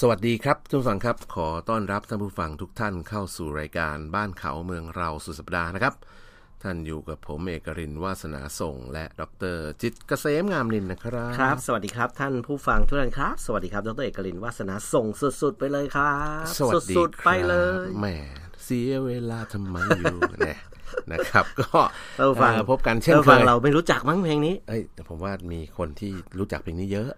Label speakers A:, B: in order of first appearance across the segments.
A: สวัสดีครับท่านผู้ฟังครับ ขอต้อนรับท่านผู้ฟังทุกท่านเข้าสู่รายการบ้านเขาเมืองเราสุดสัปดาห์นะครับ ท่านอยู่กับผมเอกรินทร์วาสนาส่ง และดรจิตรเกษมงามนินนะครับ
B: ครับ สวัสดีครับท่านผู้ฟังทุกท่านครับ สวัสดีครับดรเอกลินวาสนาส่งสุดๆ ไปเลยครับ
A: สวัสดี
B: สุดๆไปเลย
A: ครับแหมเสียเวลาทำไมอยู่ เนี่ย นะครับ ก็
B: ท่านผู้ฟัง
A: เอ่อพบกันเช่น
B: ท่าน
A: เค
B: ฟัง
A: ย
B: เราไม่รู้จักมั้งเพลงนี้
A: เอ้ยแต่ผมว่ามีคนที่รู้จักเพลงนี้เยอะ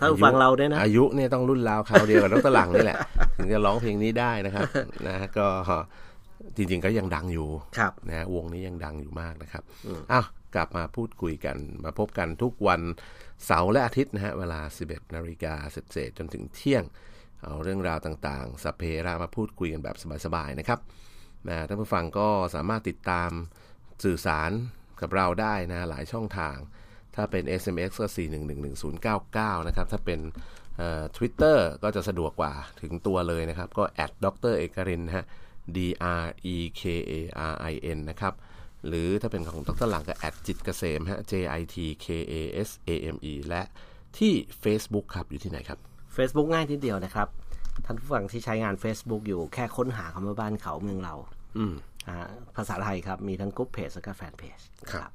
B: ท่านฟังเราด้วยนะ
A: อายุเนี่ยต้องรุ่นราวคราวเดียวกับ ดรหลังนี่แหละ ถึงจะร้องเพลงนี้ได้นะครับ นะ ก็จริงๆก็ยังดังอยู่
B: ครับ
A: นะวงนี้ยังดังอยู่มากนะครับอ้าวกลับมาพูดคุยกัน มาพบกันทุกวันเสาร์และอาทิตย์นะฮะ เวลา 11นาฬิกาเศษๆจนถึงเที่ยง เอาเรื่องราวต่างๆ สัพเพเหระมาพูดคุยกันแบบสบายๆนะครับ นะท่านผู้ฟังก็สามารถติดตามสื่อสารกับเราได้นะหลายช่องทาง ถ้าเป็น SMS ก็ 4111099 นะครับ ถ้าเป็นเอ่อ Twitter ก็จะสะดวกกว่าถึงตัวเลยนะครับ ก็ at ดรเอกรินนะฮะ d r e k a r i n นะครับ หรือถ้าเป็นของดรหลังก็ at จิตรเกษมฮะ j i t k a s a m e และที่ Facebook ครับ อยู่ที่ไหนครับ
B: Facebook ง่ายทีเดียวนะครับ ท่านผู้ฟังที่ใช้งาน Facebook อยู่แค่ค้นหาคำว่าบ้านเขาเมืองเรา
A: อืม
B: อ่าภาษาไทยครับ มีทั้งกรุ๊ปเพจและก็แฟนเพจ
A: ครับ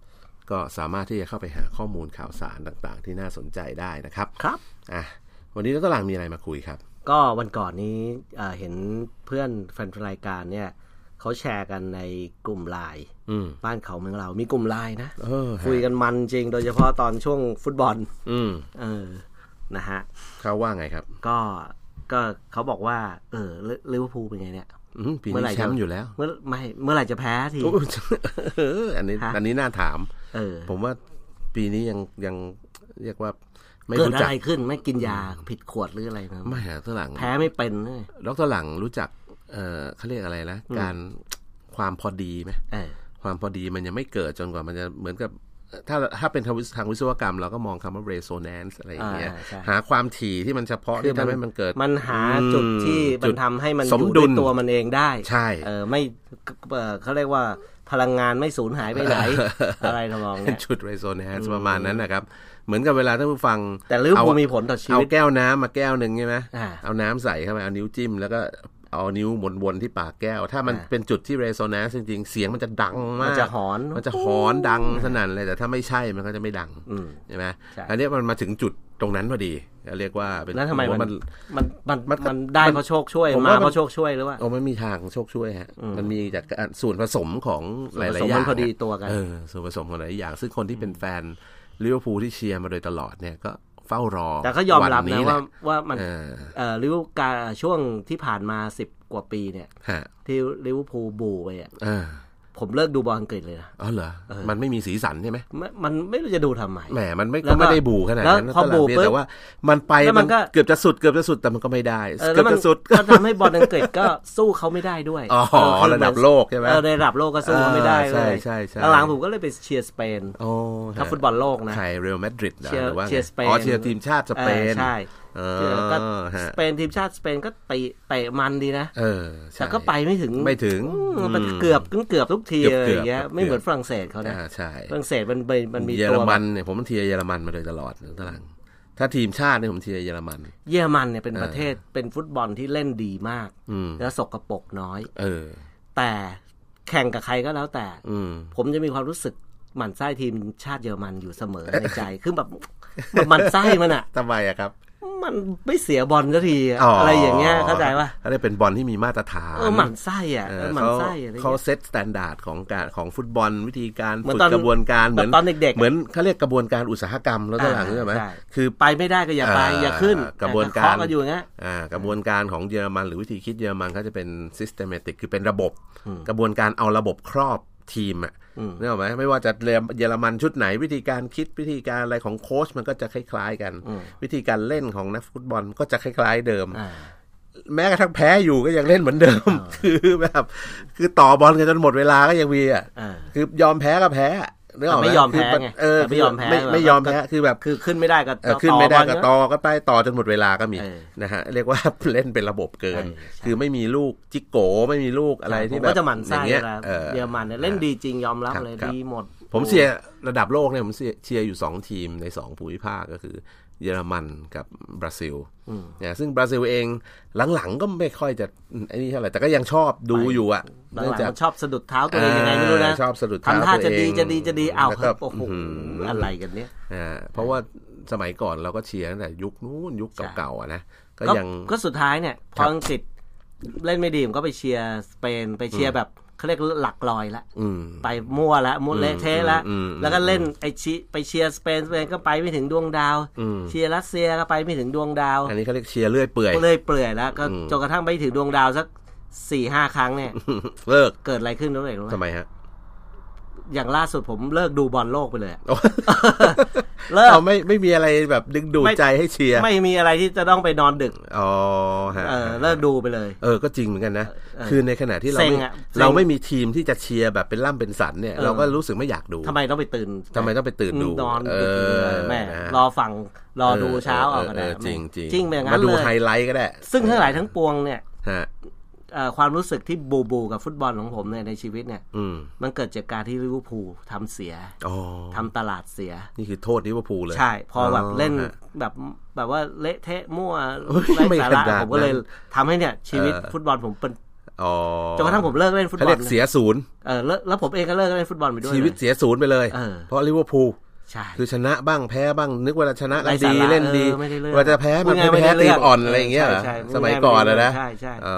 A: ก็สามารถที่จะเข้าไปหาข้อมูลข่าวสารต่างๆ ที่น่าสนใจได้นะครับ
B: ครับ
A: อ่ะวันนี้ดรหลังมีอะไรมาคุยครับ
B: ก็วันก่อนนี้เอ่อเห็นเพื่อนแฟนรายการเนี่ยเขาแชร์กันในกลุ่มไลน์
A: อืม
B: บ้านเขาเมืองเรา มีกลุ่มไลน์นะ
A: เออฮะ
B: คุยกันมันจริง โดยเฉพาะตอนช่วงฟุตบอล
A: อืม
B: เออ นะฮะ
A: เขาว่าไงครับ
B: ก็ ก็เขาบอกว่า เออลิลิเวอร์พูลเป็นไงเนี่ย
A: อืมปี
B: เมื่อไหร่
A: นี้
B: จะ
A: แชมป์อยู่ แล้ว
B: เมื่อไม่ เมื่อไหร่จะแพ้ที
A: โอ้เอออันนี้
B: ฮะ
A: อันนี้น่าถาม
B: เออ
A: ผมว่าปีนี้ยังยังเรียกว่าไม่
B: เกิด
A: รู้
B: อะ
A: จัก
B: ไรขึ้น ไม่กินยาผิดขวดหรืออะไรนะ
A: ไม่ดรหลัง
B: แพ้ไม่เป็นเลย
A: ดรหลังรู้จัก เออเขาเรียกอะไรนะการความพอดีไหม
B: เออ
A: ความพอดีมันยังไม่เกิดจนกว่ามันจะเหมือนกับ ถ้าถ้าเป็นทางวิศทางวิศวกรรม เราก็มองคำว่า resonance อะไรอย่างเงี้ย
B: อ่าใช่
A: หาความถี่ที่มันเฉพาะที่ทำให้มันเกิด
B: มันหาจุดที่
A: จุ
B: มัน
A: ด
B: ทำให้มัน
A: สมดุล
B: อยู่ด้วยตัวมันเองได้
A: ใช่
B: เออ ไม่เอ่อเขาเรียกว่าพลังงานไม่สูญหายไปไหน อะไรทำนอง
A: เป็
B: เนี้
A: น
B: ย
A: จุดไรโซนแฮนส์ประมาณนั้นนะครับ เหมือนกับเวลาท่านผู้ฟัง
B: แต่ลิเวอร์พูล
A: เอา
B: มีผลต่อชี
A: เอา
B: วิต
A: แก้วน้ำมาแก้วหนึ่งใช่ไหม
B: อ่า
A: เอาน้ำใส่เข้าไปเอานิ้วจิ้ม แล้วก็เอานิ้ววนๆที่ปากแก้ว ถ้ามัน
B: อ่า
A: เป็นจุดที่เรโซน n c e จริงๆ เสียงมันจะดังมาก
B: มันจะหอน
A: มันจะหอนดังสนั่นเลยแต่ถ้าไม่ใช่มันก็จะไม่ดัง
B: อืม
A: ใช่ไหม
B: ใช่
A: อันเนี้ยมันมาถึงจุดตรงนั้นพอดีเรียกว่าเป็น
B: แล้วทำไม
A: ผว่า
B: มั
A: มัน น
B: มันมัน
A: มัน
B: มันได้เพราะโชคช่วย
A: ผม
B: มา
A: ว่ามัน
B: เพราะโชคช่วยหรือว่า
A: โอ้ไม่มีทางโชคช่วยฮะมันมีจากการส่วนผสมของหลาย
B: ส่วนผส
A: ๆอ
B: ม
A: ย่า
B: มั
A: ง
B: นพอดีตัวกัน
A: เออส่วนผสมของหลายๆอย่าง ซึ่งคนที่เป็นแฟนลิเวอร์พูลที่เชียร์มาโดยตลอดเนี่ยก็เฝ้ารอ
B: แต่ก็ยอมรับนะ
A: แหล
B: ว่าว่ามัน
A: เออ
B: เอ่อลิเวอร์พูลการช่วงที่ผ่านมาสิบกว่าปีเนี่ย
A: ฮะ
B: ที่ลิเวอร์พูลบูไปอ่ะ
A: เออ
B: ผมเลิกดูบอลอังกฤษเลยนะ
A: อ๋อเหรอ มันไม่มีสีสันใช่ไหม
B: ไม่มันไม่รู้จะดูทำไม
A: แหมมันไม่
B: แล้
A: ก็
B: วก็
A: ไม่ได้บูขนาดนั้น
B: แล้วพอ
A: ตลาด
B: บู
A: เพียง
B: ปุ๊บ
A: แต่ว่า มันไป
B: แล้วมันก็
A: เกือบจะสุดเกือบจะสุดแต่มันก็ไม่ได้
B: เออ
A: เกื
B: แล้
A: อบ
B: วมั
A: จะสุด
B: ก็ทำให้บอลอังกฤษก็ สู้เขาไม่ได้ด้วย
A: อ๋อ
B: เคือ
A: ระดับโลกใช่ไหม
B: เออระดับโลกก็สู้เขาไม่ได้เล
A: อ่าย ใช่ใช่ใช่
B: หลังๆผมก็เลยไปเชียร์สเปน
A: โอ้
B: ถ้าฟุตบอลโลกนะ
A: ใครเรอัลมาดริดหรอ
B: เชียร์
A: หรือว่าไง
B: เชียร์สเปน
A: อ๋อเชียร์ทีมชาติสเป
B: เอน อใช่
A: เอ
B: ก็
A: อฮะ
B: สเปนทีมชาติสเปนก็เตะเตะมันดีนะ
A: เออใช่
B: แต่ก็ไปไม่ถึง
A: ไม่ถึง
B: อืมมัน
A: อืม
B: เกือบเกือบทุกที
A: เกือบ
B: เลยอย่างเงี้ย
A: เกือบ
B: ไม่เหมือนฝรั่งเศสเขานะ
A: อ่าใช่
B: ฝรั่งเศสมันเป็นมันมี
A: เยอ
B: ตั
A: ร
B: ว
A: มันเนี่ยผมเทียร์เยอรมันมาโดยตลอดนะตลังถ้าทีมชาติเนี่ยผมเทียร์เยอรมัน
B: เยอรมันเนี่ยเป็นประเทศเป็นฟุตบอลที่เล่นดีมาก
A: อืม
B: แล้วสกปรกน้อย
A: เออ
B: แต่แข่งกับใครก็แล้วแต่
A: อืม
B: ผมจะมีความรู้สึกหมั่นไส้ทีมชาติเยอรมันอยู่เสมอในใจ คือแบบแบบหมันไส้มันอ่ะ
A: ทำไมอะครับ
B: มันไม่เสียบอลสักทีอะอะไรอย่างเงี้ยเข้าใจป่ะ
A: เขาเรียกเป็นบอลที่มีมาตรฐาน
B: เออหมั่นไส้อ่ะ
A: เอ
B: เอ
A: อ
B: อหมั่น
A: เขา
B: ไส้อะไรอย่าง
A: เขา
B: เงี้ย
A: เซตสแตนดาร์ดของการของฟุตบอลวิธีการ
B: เหมือน
A: ฝึก
B: ตอน
A: กระบวนการเหมือน
B: แบบตอนเด็กๆอะ
A: เหมือนเขาเรียกกระบวนการอุตสาหกรรมแล้วตลัง
B: อ่า
A: ใช่ไหม
B: ใช่
A: คือ
B: ไปไม่ได้ก็อย่าไป
A: อ่า
B: อย่าขึ้น
A: กระบวนการ
B: เคาะกันอยู่อย่างเงี้ย
A: อ่ากระบวนการของเยอรมัน หรือวิธีคิดเยอรมันเขาจะเป็น systematic คือเป็นระบบ
B: อืม
A: กระบวนการเอาระบบครอบทีมอะ
B: อืม
A: นึกออกไหมไม่ว่าจะเยอรมันชุดไหน วิธีการคิดวิธีการอะไรของโค้ชมันก็จะคล้ายๆกัน
B: อืม
A: วิธีการเล่นของนักฟุตบอลก็จะคล้ายๆเดิม
B: อ่า
A: แม้กระทั่งแพ้อยู่ก็ยังเล่นเหมือนเดิม คือแบบคือต่อบอลกันจนหมดเวลาก็ยังมีอะ
B: เออ
A: คือยอมแพ้ก็แพ้อะนึกออกห
B: แต่ไม่ยอมแพ้ไง
A: เออ
B: แต่ไม่ยอมแพ้
A: ไม่ไม่ยอมแพ้คือแบบ
B: คือขึ้นไม่ได้ก็
A: เออขึ้นไม่ได้ก็
B: ต่อ
A: ต่อก็ไปต่อจนหมดเวลาก็มี
B: เออ
A: นะฮะเรียกว่า เล่นเป็นระบบเกิน
B: ใช่ใช่
A: คือไม่มีลูกจิกโกไม่มีลูกอะไร
B: ผ
A: ที่
B: ม
A: แบบ
B: ก็จะหมั่น
A: อ
B: ไส้
A: ย่างเงี้ย
B: เวลา
A: เออ
B: เยอรมันเนี่ยเล่นดีจริงยอมรับ
A: ครับ
B: เลย
A: ครับ
B: ดีหมด
A: ผมเชียร์ระดับโลกเนี่ยผมเชียร์เชียร์อยู่ 2 ทีมใน 2 ภูมิภาคก็คือ เยอรมันกับบราซิลนะซึ่งบราซิลเองหลังๆก็ไม่ค่อยจะไอ้นี่เท่าไหร่แต่ก็ยังชอบดูอยู่อ่ะ
B: หลั
A: เนื่อง ง
B: ๆ
A: จาก
B: มันชอบสะดุดเท้าตัวเองยังไงไม่รู้นะ
A: อ่าชอบสะดุดเท้า
B: ทำท่าจะ
A: ตั
B: ดี
A: วเอง
B: จะดีจะดีอ้าว
A: แล้วก็
B: ครับโอ้โห
A: อื้อหืออ
B: อะไรกันเนี่ย
A: อ่าเพราะว่าสมัยก่อนเราก็เชียร์ตั้งแต่ยุคนู้นยุค
B: ใช่
A: เก่าๆอ่ะนะก็
B: ก็
A: ยัง
B: ก็สุดท้ายเนี่ย
A: ค
B: พ
A: รั
B: อบ อังกฤษเล่นไม่ดีผมก็ไปเชียร์สเปนไปเชียร์แบบเขาเรียกหลักลอยละ
A: อืม
B: ไปมั่วละมุดเละเทะละ
A: อืมอืม
B: แล้วก็เล่นไอชิไปเชียร์สเปนสเปนก็ไปไม่ถึงดวงดาว
A: อืม
B: เชียร์รัสเซียก็ไปไม่ถึงดวงดาว
A: อันนี้เขาเรียกเชียร์เลื่อยเปื่อย
B: ก็เลยเปลื่อยแล้วก็
A: อืม
B: จนกระทั่งไปถึงดวงดาวสักสี่ห้าครั้งเนี่ย
A: เลิก
B: เกิดอะไรขึ้นรู้ไหมรู้ไหม
A: ทำไมฮะ
B: อย่างล่าสุดผมเลิกดูบอลโลกไปเลยอะ
A: โอ้
B: เลิก
A: เราไม่ไม่มีอะไรแบบดึงดูด
B: ไม่
A: ใจให้เชียร์
B: ไม่มีอะไรที่จะต้องไปนอนดึก
A: อ๋อฮะ
B: เออเลิกดูไปเลย
A: เออก็จริงเหมือนกันนะ
B: เออเออ
A: คือในขณะที่เรา
B: เซ็
A: ไม่
B: งอะเซ็ง
A: เราไม่มีทีมที่จะเชียร์แบบเป็นล่ำเป็นสันเนี่ย
B: เออ
A: เราก็รู้สึกไม่อยากดู
B: ทำไมต้องไปตื่น
A: ทำไมต้องไปตื่นดู
B: นอน
A: เอ
B: ดึก
A: อ
B: แม่
A: นะ
B: รอฟังรอดูเช้าเอาก็
A: เอ
B: ได้
A: อเออเออจริงจริง
B: จริงเป็นอย่างนั้
A: มานดู
B: เลย
A: ไฮไลท์ก็ได้
B: ซึ่งทั้งหลายทั้งปวงเนี่ย
A: ฮะ
B: เอ่อความรู้สึกที่บูบูกับฟุตบอลของผมเนี่ยในชีวิตเนี่ย
A: อืม
B: มันเกิดจากการที่ลิเวอร์พูลทำเสีย
A: อ๋อ
B: ทำตลาดเสีย
A: นี่คือโทษลิเวอร์พูลเลย
B: ใช่ พอแบบเล่น
A: อ๋อฮะ
B: แบบแบบว่าเละเทะมั่ว
A: เฮ้ย
B: ไร้
A: ไม่
B: สา
A: ข
B: ระ
A: นาดนั้น
B: ผมก็เลยทำให้เนี่ยชีวิต
A: เออ
B: ฟุตบอลผมเป็น
A: อ๋อ
B: จนกระทั่งผมเลิกเล่นฟุต
A: เขา
B: บอ
A: เรีย
B: ล
A: กเสียศูนย์
B: เออแล้วแล้วผมเองก็เลิกเล่นฟุตบอลไปด้วย
A: ชีวิต
B: นะ
A: เสียศูนย์ไปเลย
B: เออ
A: เพราะลิเวอร์พูล
B: ใช่
A: คือชนะบ้างแพ้บ้างนึกว่าจะชนะ
B: ไร้
A: กัน
B: สา
A: ดี
B: ระ
A: เล่นดี
B: เออไม่ได้เรื่อง
A: ว่าจะแพ้
B: พู
A: มั
B: ด
A: น
B: ง่ายๆ
A: ไม่แพ้
B: ไม่ได้
A: ที
B: เรื่อ
A: ม
B: ง
A: อ่อนอะไรอย่างเงี้ยเหรอ
B: ใช่ใช่
A: สมัยก่อนนะนะ
B: ใช่ใช่
A: อ๋อ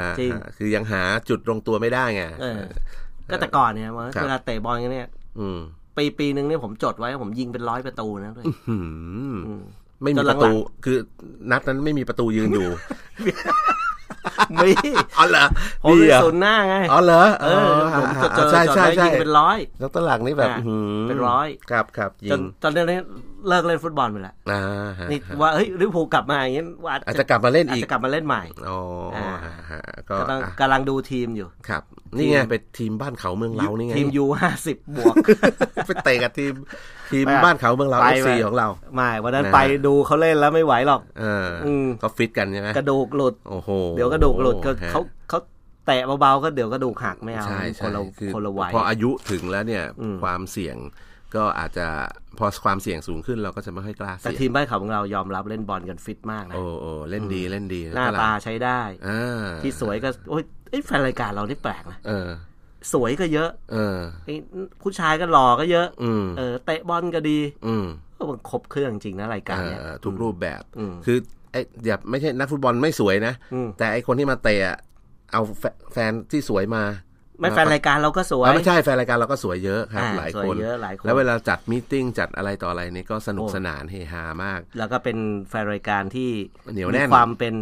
A: ฮะ
B: จริง
A: ฮะคือยังหาจุดลงตัวไม่ได้ไง
B: เออ ก็แต่ก่อนเนี่ยว่า
A: ครับ
B: เวลาเตะบอลกันเนี่ย
A: อืม
B: ปีปีหนึ่งเนี่ยผมจดไว้ว่าผมยิงเป็นร้อยประตูนะด้วย
A: หืม
B: อืม
A: ไม่
B: จ
A: มีป
B: นหลังๆ
A: ระตูคือนัดนั้นไม่มีประตูยืน อยู่
B: มี
A: อ๋อเหรอ
B: ผม
A: มี
B: เป็น
A: เหรอ
B: ศูนย์หน้าไง
A: อ๋อเหรอ
B: เออผมจะเจอ
A: ใช่
B: จ
A: ใช่
B: อดไว้
A: ใช่
B: ยิงเป็นร้อย
A: แล้วตอนหลังนี่แบบ
B: อ่ะ
A: หืม
B: เป็นร้อย
A: ครับครับยิ
B: จ
A: ง
B: นตอนเรื่องนี้เลิกเล่นฟุตบอลไปแล้ว
A: อ่าฮะ
B: นี่ว่าเฮ้ยลิเวอร์พูลกลับมาอย่างนี้ว่า
A: อาจจะกลับมาเล่น
B: อาจ
A: อีก
B: จะกลับมาเล่นใหม่
A: อ๋ออา ฮะฮะก็
B: กำลัง
A: อ่ะ
B: กำลังดูทีมอยู่
A: ครับ นี่ไงเป็นทีมบ้านเขาเมืองเรานี่ไง
B: ทีมยูห้าสิบบวก
A: ไปเตะกับทีมทีม
B: ไปอ่ะ
A: บ้านเขาเมืองเรา
B: ไป
A: เอฟซี
B: ไป
A: ของเรา
B: ไม่วันนั้น
A: นะ
B: ไปดูเขาเล่นแล้วไม่ไหวหรอก
A: เอออ
B: ม
A: เขาฟิตกันใช่ไหม
B: กระดูกหลุด
A: โอ้โห
B: เดี๋ยวกระดูกหลุดก็
A: ฮะ
B: เขาเขาแตะเบาๆก็เดี๋ยวกระดูกหักไม่เอา
A: ใช่
B: ค
A: ใช่
B: นละ
A: คือ
B: คนละวัย
A: พออายุถึงแล้วเนี่ยความเสี่ยงก็อาจจะพอความเสี่ยงสูงขึ้นเราก็จะไม่ค่อยกล้า
B: แต่
A: เสี่ยง
B: ทีมบ้านเขาของเรายอมรับเล่นบอลกันฟิตมากนะ
A: โอ้โอ้เล่นดีเล่นดี
B: หน้า
A: แล้วก็
B: ตาใช้ได้
A: อ่า
B: ที่สวยก็โอ้ยเอ้ยแฟนรายการเรานี่แปลกนะ
A: เออ
B: สวยก็เยอะ
A: เออ
B: ไอ้ผู้ชายก็หล่อก็เยอะ
A: อืม
B: เออเตะบอลก็ดี
A: อืม
B: ก็มันครบเครื่องจริงนะรายการเนี่ย
A: เออทุกรูปแบบ
B: อืม
A: คือไอ้อย่าไม่ใช่นักฟุตบอลไม่สวยนะ
B: อืม
A: แต่ไอ้คนที่มาเตะอะเอาแฟแฟนที่สวยมา
B: ไม่แฟนรายการเราก็สวย
A: เออไม่ใช่แฟนรายการเราก็สวยเยอะครับ
B: อ่า
A: หลาย
B: สวย
A: คน
B: เยอะหลายคน
A: แล้วเวลาจัดมีตติ้งจัดอะไรต่ออะไรนี่ก็สนุกสนานเฮฮามาก
B: แล้วก็เป็นแฟนรายการที่
A: เหนียวแน่น
B: มีความเป็น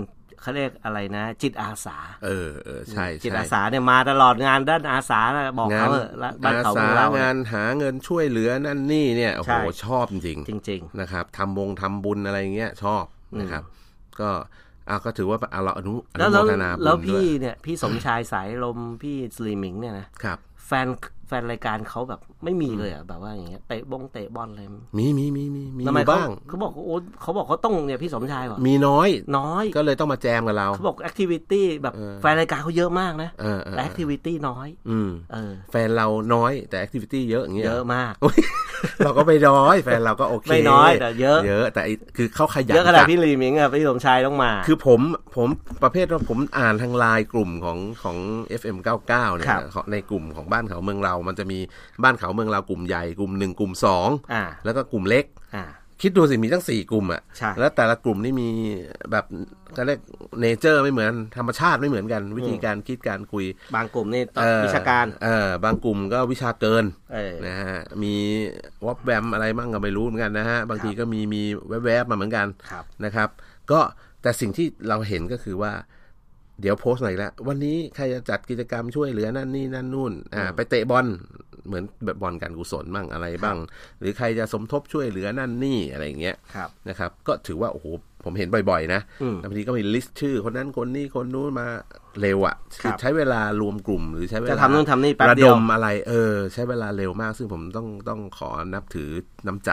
B: เขาเรียกอะไรนะ จิตอาสา
A: เออเออใช่
B: จิต
A: ใช่
B: อาสาเนี่ยมาตลอดงานด้านอาสานะบอก
A: งาน
B: เขาเถอะละบ้าน
A: อา
B: เขาข
A: สา
B: องเรา
A: งา
B: เนี่ย
A: นหาเงินช่วยเหลือนั่นนี่เนี่ยโอ้
B: ใช่
A: โหชอบจริง
B: จริง
A: นะครับทำวงทำบุญอะไรเงี้ยชอบนะครับ ก็อ่ะก็ถือว่าเอาเราอนุ
B: ๆ แล้วแล้ว
A: อนุโมทนาบุญ
B: แล้ว
A: ด้
B: พี่
A: ย
B: เนี่ยพี่สมชายสายลมพี่สลีมิงเนี่ยนะครับ แฟนแฟนรายการเขาแบบไม่มีเลยอะแบบว่าอย่างเงี้ยเตะบงเตะบอลอะไร
A: มีมีมีมีมีอ
B: ทำไม
A: ยู่
B: เขา
A: บ้าง
B: เขาบอกว่าโอ้เขาบอกเขาต้องเนี่ยพี่สมชายว่ะ
A: มีน้อย
B: น้อย
A: ก็เลยต้องมาแจมกับเรา
B: เขาบอกแอคทิวิตี้แบบ
A: เออ
B: แฟนรายการเขาเยอะมากนะ
A: เออเออ
B: แต่แอคทิวิตี้น้อย
A: อืม
B: เออ
A: แฟนเราน้อยแต่แอคทิวิตี้เยอะอย่างเงี้ย
B: เยอะมาก
A: โอ้ย เราก็ไม่น้อยแฟนเราก็โอเค
B: ไม่น้อยแต่เยอะ
A: เยอะ แต่ไอ้คือเขาขยัน
B: เยอะขนาด
A: จั
B: พี่หลีหมิงอะพี่สมชายต้องมา
A: คือผมผมประเภทว่าผมอ่านทางไลน์กลุ่มของของ FM 99เนี่ย
B: ครับ
A: ของในกลุ่มของบ้านเขาเมืองเรา มันจะมีบ้านเขาเมืองเรากลุ่มใหญ่กลุ่มหนึ่งกลุ่มสอง
B: อ่า
A: แล้วก็กลุ่มเล็ก
B: อ่า
A: คิดดูสิมีตั้งสี่กลุ่มอะ
B: ใช่
A: แล้วแต่ละกลุ่มนี่มีแบบเขาเรียกเนเจอร์ไม่เหมือนธรรมชาติไม่เหมือนกัน วิธีการคิดการคุย
B: บางกลุ่มนี่ต้อง
A: เอ่อ
B: วิชาการ
A: เออบางกลุ่มก็วิชาเกิน
B: เออ
A: นะฮะมีวอบแวมอะไรมั่งก็ไม่รู้เหมือนกันนะฮะบางทีก็มีมีแวบๆมาเหมือนกัน
B: ครับ
A: นะครับ ก็แต่สิ่งที่เราเห็นก็คือว่า เดี๋ยวโพสต์หน่อยละวันนี้ใครจะจัดกิจกรรมช่วยเหลือนั่นนี่นั่นนู่นอ่าไปเตะบอลเหมือนแบบบอลการกุศลบ้างอะไรบ้าง หรือใครจะสมทบช่วยเหลือนั่นนี่อะไรอย่างเงี้ย
B: ครับ
A: นะครับก็ถือว่า โอ้โห ผมเห็นบ่อยๆ นะ
B: อืม
A: แล้วบางทีก็มีลิสต์ชื่อ คนนั้นคนนี้คนนู้นมาเร็วอะ่ะคือ
B: ครับ
A: ใช้เวลารวมกลุ่มหรือใช้เวลา
B: จะทำนู่นทำนี่แป๊บ
A: ระ
B: เดี
A: ด
B: ยว
A: มอะไร เออ ใช้เวลาเร็วมาก ซึ่งผมต้องต้องขอนับถือน้ำใจ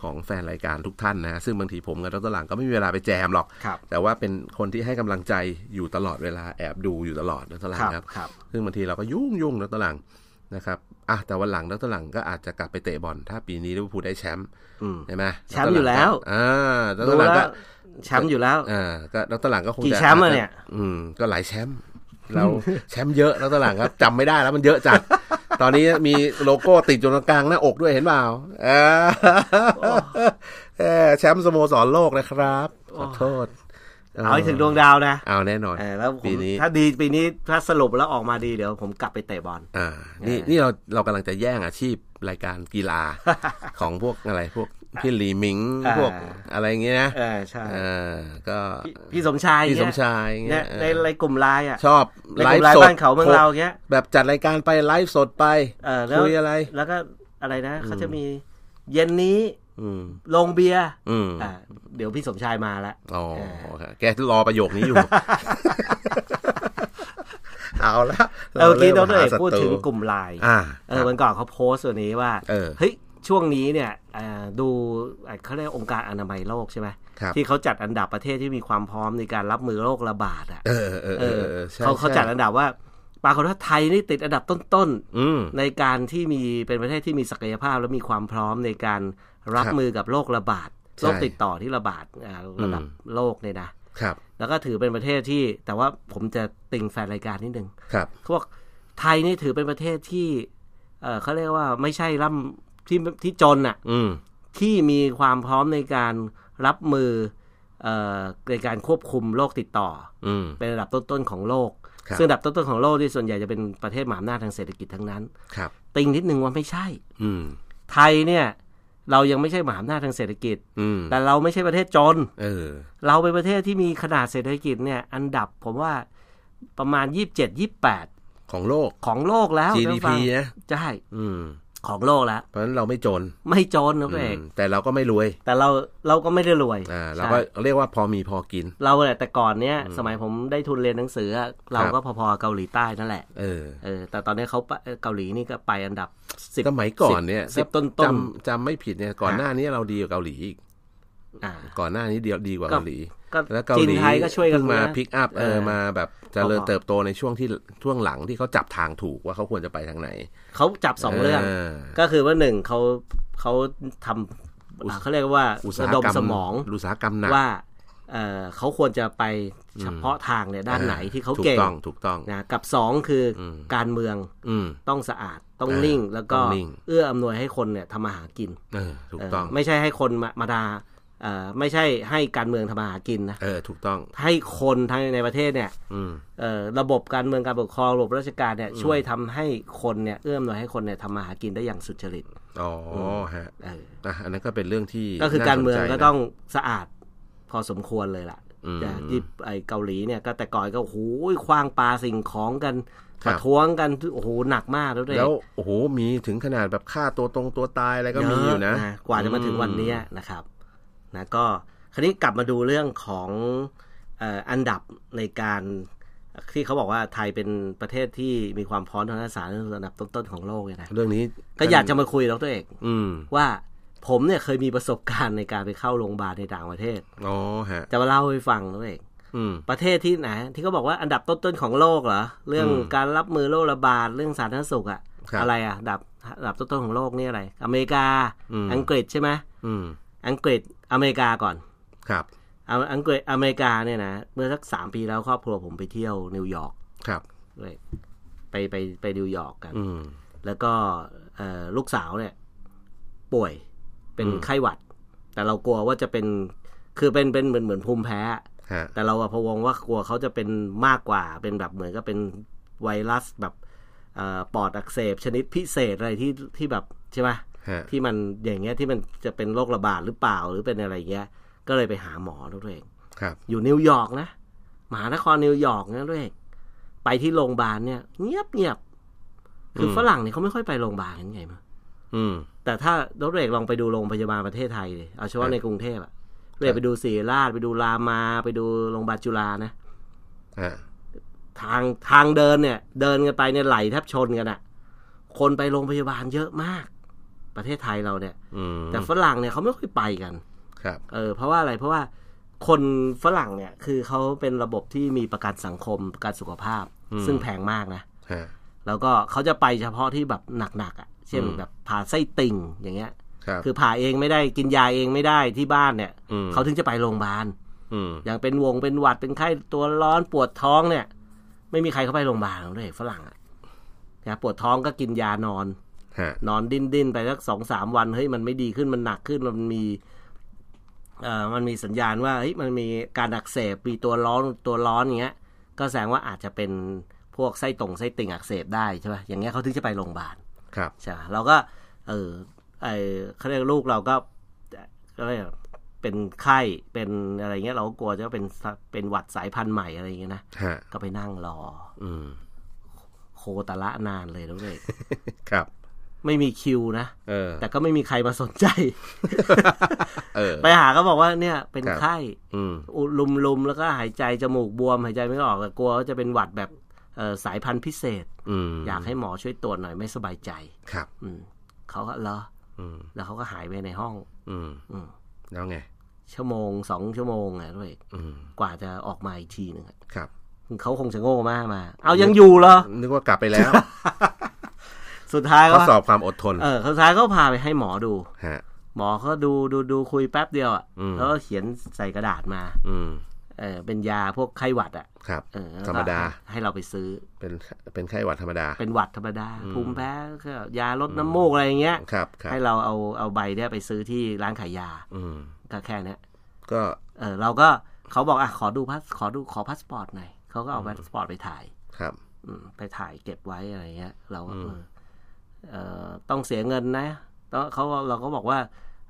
A: ของแฟนรายการทุกท่านนะ ซึ่งบางทีผมกับดรหลังก็ไม่มีเวลาไปแจมหรอก
B: ครับ
A: แต่ว่าเป็นคนที่ให้กำลังใจอยู่ตลอดเวลาแอบดูอยู่ตลอดดรหลัง
B: ครั
A: ครับ
B: บครับ
A: ซึ่งบางทีเราก็ยุ่งยุ่งๆนะตารางนะครับ อ่ะแต่วันหลังดรหลังก็อาจจะกลับไปเตะบอลถ้าปีนี้ลิเวอร์พูลได้แชมป์
B: อืม
A: ใช่ไหม
B: แชมป์อยู่แล้ว
A: อ่าด
B: ดู
A: รหลังก็
B: แล้วแชมป์อยู่แล้ว
A: อ่าก็ดรหลังก็คงจะ
B: กี่แชมป์อะเนี่ย
A: อืมก็หลายแชมป์เรา แชมป์เยอะดรหลังครับจำไม่ได้แล้วมันเยอะจัด ตอนนี้มีโลโก้ติดอยู่ตรงกลางหน้าอกด้วยเห็นเปล่า เออเออแชมป์สโมสรโลกนะครับขอโทษ
B: เอาให้ถึงดวงดาวนะ
A: เอาแน่นอน
B: เออแล้วผ
A: ปี
B: ม
A: นี้
B: ถ้าดีปีนี้ถ้าสรุปแล้วออกมาดีเดี๋ยวผมกลับไปเตะบอล
A: อ่านี่
B: เออ
A: นี่เราเรากำลังจะแย่งอาชีพรายการกี ฬา ของพวกอะไรพวกพี่หลีหมิงพวกอะไรอย่างเงี้ยนะ
B: เออใช่
A: เออก็
B: พี่พี่สมชาย
A: พี่สม
B: เงี้ย
A: ชายอย่าง
B: เนี่
A: เงี้
B: ย
A: ย
B: ใน
A: เออ
B: ในกลุ่มไลน์อ่ะ
A: ชอบ
B: ใน
A: ไล
B: กลุ่ม
A: ฟ์
B: ไลน์
A: สด
B: บ้านเขาเมืองเราเงี้ย
A: แบบจัดรายการไปไลฟ์สดไป
B: เออแล้ว
A: คุยอะไร
B: แล้วก็อะไรนะเขาจะมีเย็นนี้
A: อืม
B: ลงเบียร์
A: อืม
B: อ่าเดี๋ยวพี่สมชายมาละ
A: อ๋อครับแกรอประโยค นี้อยู่ เอาละ
B: เออเมื่อกี้ด
A: ริ่ม
B: รเอก
A: หาศัตรู
B: พูดถึงกลุ่มไลน์
A: อ่า
B: เออวันก่อนเขาโพสต์ตัวนี้ว่า
A: เออ
B: เฮ้ย ช่วงนี้เนี่ยเอ่อดูเอ่อเขาเรียกองค์การอนามัยโลกใช่ไหม
A: ครับ
B: ที่เขาจัดอันดับประเทศที่มีความพร้อมในการรับมือโรคระบาดอ่ะ
A: เออเออเออเออใช่
B: เขาเขา
A: ใช่
B: จัดอันดับว่าปรากฏว่าไทยนี่ติดอันดับต้น
A: อืม
B: ๆ ในการที่มีเป็นประเทศที่มีศักยภาพและมีความพร้อมในการรับ
A: ครับ
B: มือกับโรคระบาด
A: ใช่
B: โรคติดต่อที่ระบาดอ่าระดับ
A: อืม
B: โลกเนี่ยนะครับ แล้วก็ถือเป็นประเทศที่ แต่ว่าผมจะติงแฟนรายการนิดนึง
A: ครับ
B: เขาบอกไทยนี่ถือเป็นประเทศที่ เอ่อเขาเรียกว่าไม่ใช่ร่ำที่ที่จนน่ะ
A: อืม
B: ที่มีความพร้อมในการรับมือเอ่อในการควบคุมโรคติดต่อ
A: อืม
B: เป็นระดับต้นๆของโลก
A: ครับ
B: ซึ่งระดับต้นๆของโลกที่ส่วนใหญ่จะเป็นประเทศมหาอำนาจทางเศรษฐกิจทั้งนั้น
A: ครับ
B: ติงนิดนึงว่าไม่ใช่
A: อืม
B: ไทยเนี่ย เรายังไม่ใช่มหาอำนาจทางเศรษฐกิจ
A: อืม
B: แต่เราไม่ใช่ประเทศจน
A: เออ
B: เราเป็นประเทศที่มีขนาดเศรษฐกิจเนี่ยอันดับผมว่าประมาณ 27-28
A: ของโลก
B: ของโลกแล้ว
A: GDP นะ
B: ใช่
A: อืม
B: ของโลกแล้ว
A: เพราะฉะนั้นเราไม่จน
B: ไม่จนนะ
A: อื
B: เอก
A: มแต่เราก็ไม่รวย
B: แต่เราเราก็ไม่ได้รวย
A: อ่า เรา
B: ใช่
A: ก็เรียกว่าพอมีพอกิน
B: เราแหละแต่ก่อนเนี้ยสมัยผมได้ทุนเรียนหนังสืออะเราก็พอๆเกาหลีใต้นั่นแหละ
A: เออ
B: เออแต่ตอนนี้เขาไปเกาหลีนี่ก็ไปอันดับสิบ
A: สมัยก่อนเนี่ย
B: สิบ
A: ถ้า
B: ต้นๆ
A: จำจำไม่ผิดเนี่ย ก่อนหน้านี้เราดีกว่าเกาหลีอีก
B: อ่า
A: ก่อนหน้านี้เดียวดีกว่า
B: ก็
A: เกาหลี
B: ก็
A: แล้วเกา
B: จีน
A: หลี
B: ไทยก็ช่วยกัน
A: เพิ่งมา
B: นะ
A: พิกอัพ เออ
B: เออ
A: มาแบบเจริญ
B: พอๆ
A: เติบโตในช่วงที่ช่วงหลังที่เขาจับทางถูกว่าเขาควรจะไปทางไหน
B: เขาจับสองเรื่อง
A: อ
B: ก็คือว่าหนึ่งเขาเขาท
A: อุต
B: ำอ่าเขาเรียกว่า
A: อุตสาห
B: ระดม
A: กรรม
B: สมอง
A: อุตสาหกรรมหนัก
B: ว่าเออเขาควรจะไปเฉพาะทางเนี่ยด้านไหนที่เขาเก่
A: ถูกต้อง ถูกต้อง
B: นะกับสองคืออ
A: ม
B: การเมือง
A: อืม
B: ต้องสะอาดต้อง
A: เออ
B: นิ่งแล้วก็
A: ต้องนิ่ง
B: เอื้ออำนวยให้คนเนี่ยทำมาหากิน
A: เออ ถูกต้อง
B: เไม่ใช่ให้คนมามาดาเอ่อไม่ใช่ให้การเมืองทำมาหากินนะ
A: เออ ถูกต้อง
B: ให้คนทั้งในประเทศเนี่ย
A: อืม
B: เอ่อระบบการเมืองการปกครองระบบราชการเนี่ยช่วยทำให้คนเนี่ยเอื้ออำนวยให้คนเนี่ยทำมาหากินได้อย่างสุจริต
A: อ๋อฮะ
B: เออ
A: อ่ะอันนั้นก็เป็นเรื่องที่
B: ก็คือ
A: น่
B: การเมือง
A: สนใจ
B: ก็
A: นะ
B: ต้องสะอาดพอสมควรเลยล่ะ
A: อืม
B: อย่างที่ไอเกาหลีเนี่ยก็แต่ก่อนก็โอ้โหคว้างปลาสิ่งของกัน
A: ค
B: ป
A: รับ
B: ระท้วงกันโอ้โหหนักมากแล้วเลย
A: แล้วโอ้โหมีถึงขนาดแบบฆ่าตัวตรงตัวตายอะไรก็มีอยู่นะ
B: เกว่าจะมาถึงวันเนี้ยนะครับนะก็คราวนี้กลับมาดูเรื่องของเอ่ออันดับในการที่เขาบอกว่าไทยเป็นประเทศที่มีความพร้อมทางด้านสาธารณสุขอันดับต้นๆของโลกเนี่ยนะ
A: เรื่องนี้
B: ก็อยากจะมาคุยดรเอก
A: อืม
B: ว่าผมเนี่ยเคยมีประสบการณ์ในการไปเข้าโรงพยาบาลในต่างประเทศ
A: อ๋อฮะ
B: จะมาเล่าให้ฟังดรเอก
A: อืม
B: ประเทศที่ไหนที่เขาบอกว่าอันดับต้นๆของโลกเหรอเรื่อง
A: อืม
B: การรับมือโรคระบาดเรื่องสาธารณสุขอะ
A: ครับ
B: อะไรอะอันดับอันดับต้นๆของโลกนี่อะไร อเมริกา
A: อืม
B: อังกฤษใช่ไหม
A: อืม
B: อังกฤษอเมริกาก่อน
A: ครับ
B: เอาอังกฤษอเมริกาเนี่ยนะเมื่อสักสามปีแล้วครอบครัวผมไปเที่ยวนิวยอร์ก
A: ครับ
B: ด้วยไปไปไปนิวยอร์กกัน
A: อืม
B: แล้วก็เอ่อลูกสาวเนี่ย ป่วยเป็น
A: อืม
B: ไข้หวัด แต่เรากลัวว่าจะเป็นคือเป็นเป็นเหมือนเหมือนภูมิแพ้
A: ฮะ
B: แต่เราอะพะวงว่ากลัวเขาจะเป็นมากกว่า เป็นแบบเหมือนก็เป็นไวรัสแบบเอ่อปอดอักเสบชนิดพิเศษอะไรที่ที่แบบใช่ไหม
A: ฮะ
B: ที่มันอย่างเงี้ยที่มันจะเป็นโรคระบาดหรือเปล่าหรือเป็นอะไรเงี้ย ก็เลยไปหาหมอด้วยตัวเอง
A: ครับ
B: อยู่นิวยอร์กนะมหานครนิวยอร์กนะด้วยเองไปที่โรงพยาบาลเนี่ย เงียบเงียบๆคือฝรั่งเนี่ยเขาไม่ค่อยไปโรงพยาบาลกันไงมั้ง
A: อืม
B: แต่ถ้าดรเอกลองไปดูโรงพยาบาลประเทศไทยเลยเอาเฉ
A: ครั
B: พาะ
A: บ
B: ในกรุงเทพอะเรยไปดูศรีราชไปดูรามาไปดูโรงพยาบาลจุฬานะ
A: ฮะ
B: ทางทางเดินเนี่ย เดินกันไปเนี่ยไหลแทบชนกันอะคนไปโรงพยาบาลเยอะมาก ประเทศไทยเราเนี่ย
A: อืม
B: แต่ฝรั่งเนี่ยเขาไม่ค่อยไปกัน
A: ครับ
B: เออเพราะว่าอะไรเพราะว่าคนฝรั่งเนี่ยคือเขาเป็นระบบที่มีประกันสังคมประกันสุขภาพ
A: อืม
B: ซึ่งแพงมากนะ
A: ฮะ
B: แล้วก็เขาจะไปเฉพาะที่แบบหนักๆอ่ะ เช่น
A: อืม
B: แบบผ่าไส้ติ่งอย่างเงี้ย
A: ครับ
B: คือผ่าเองไม่ได้กินยาเองไม่ได้ที่บ้านเนี่ย
A: อืม
B: เขาถึงจะไปโรงพยาบาล
A: อืม
B: อย่างเป็นวงเป็นหวัดเป็นไข้ตัวร้อนปวดท้องเนี่ย ไม่มีใครเข้าไปโรงพยาบาลหรอกเลยฝรั่งอะนะปวดท้องก็กินยานอน
A: ฮะ
B: นอนดิ้นดิ้นไปสักสองสามวันเฮ้ยมันไม่ดีขึ้นมันหนักขึ้นมันมีเอ่อมันมีสัญญาณว่าเฮ้ยมันมีการอักเสบมีตัวร้อนตัวร้อนอย่างเงี้ย ก็แสดงว่าอาจจะเป็นพวกไส้ตรงไส้ติ่งอักเสบได้ใช่ไหมอย่างเงี้ยเขาถึงจะไปโรงพยาบาล
A: ครับ
B: ใช่ไหมเราก็เออไอเขาเรียกลูกเราก็ก็เรียกเป็นไข้เป็นอะไรเงี้ยเราก็กลัวจะเป็นสะเป็นหวัดสายพันธุ์ใหม่อะไรเงี้ยนะ
A: ฮะ
B: ก็ไปนั่งรอ
A: อืม
B: โคตรละนานเลยแล้วเลย
A: ครับ
B: ไม่มีคิวนะ
A: เออ
B: แต่ก็ไม่มีใครมาสนใจ
A: เออ
B: ไปหาก็บอกว่าเนี่ยเป็น
A: ครับ
B: ไข้
A: อืม
B: อุลุมลุมแล้วก็หายใจจมูกบวมหายใจไม่ออกกลัวว่าจะเป็นหวัดแบบเอ่อสายพันธุ์พิเศษ
A: อืม
B: อยากให้หมอช่วยตรวจหน่อยไม่สบายใจ
A: ครับ
B: อืมเขาก็เหรอ
A: อืม
B: แล้วเขาก็หายไปในห้อง
A: อืม
B: อืม
A: แล้วไง
B: ชั่วโมงสองชั่วโมงอะด้วย
A: อืม
B: กว่าจะออกมาอีกทีหนึ่งอะ
A: ครับ
B: เขาคงจะโง่มากมา เอายังอยู่เหรอ
A: นึกว่ากลับไปแล้ว
B: สุดท้าย
A: ข้
B: ก็
A: อสอบความอดทน
B: เออสุดท้ายก็พาไปให้หมอดู
A: ฮะ
B: หมอก็ดูดูดูคุยแป๊บเดียวอะ
A: อืม
B: แล้วก็เขียนใส่กระดาษมา
A: อืม
B: เออเป็นยาพวกไข้หวัดอะ
A: ครับ
B: เออแล้วก็
A: ธรรมดา
B: ให้เราไปซื้อ
A: เป็น เป็นไข้หวัดธรรมดา
B: เป็นหวัดธรรมดาภูมิแพ้ก็ยาลดน้ำมูกอะไรอย่างเงี้ย
A: ครับ ครับ
B: ให้เราเอาเอาใบเนี้ยไปซื้อที่ร้านขายยา
A: อืม
B: ก็แค่เนี้ย
A: ก็
B: เออเราก็เขาบอกอ่ะขอดูพาสขอดูขอพาสปอร์ตหน่อยเขาก็เอาพาสปอร์ตไปถ่าย
A: ครับ
B: อืมไปถ่ายเก็บไว้อะไรเงี้ย เราก็เออเอ่อต้องเสียเงินนะต้องเขาเราก็บอกว่า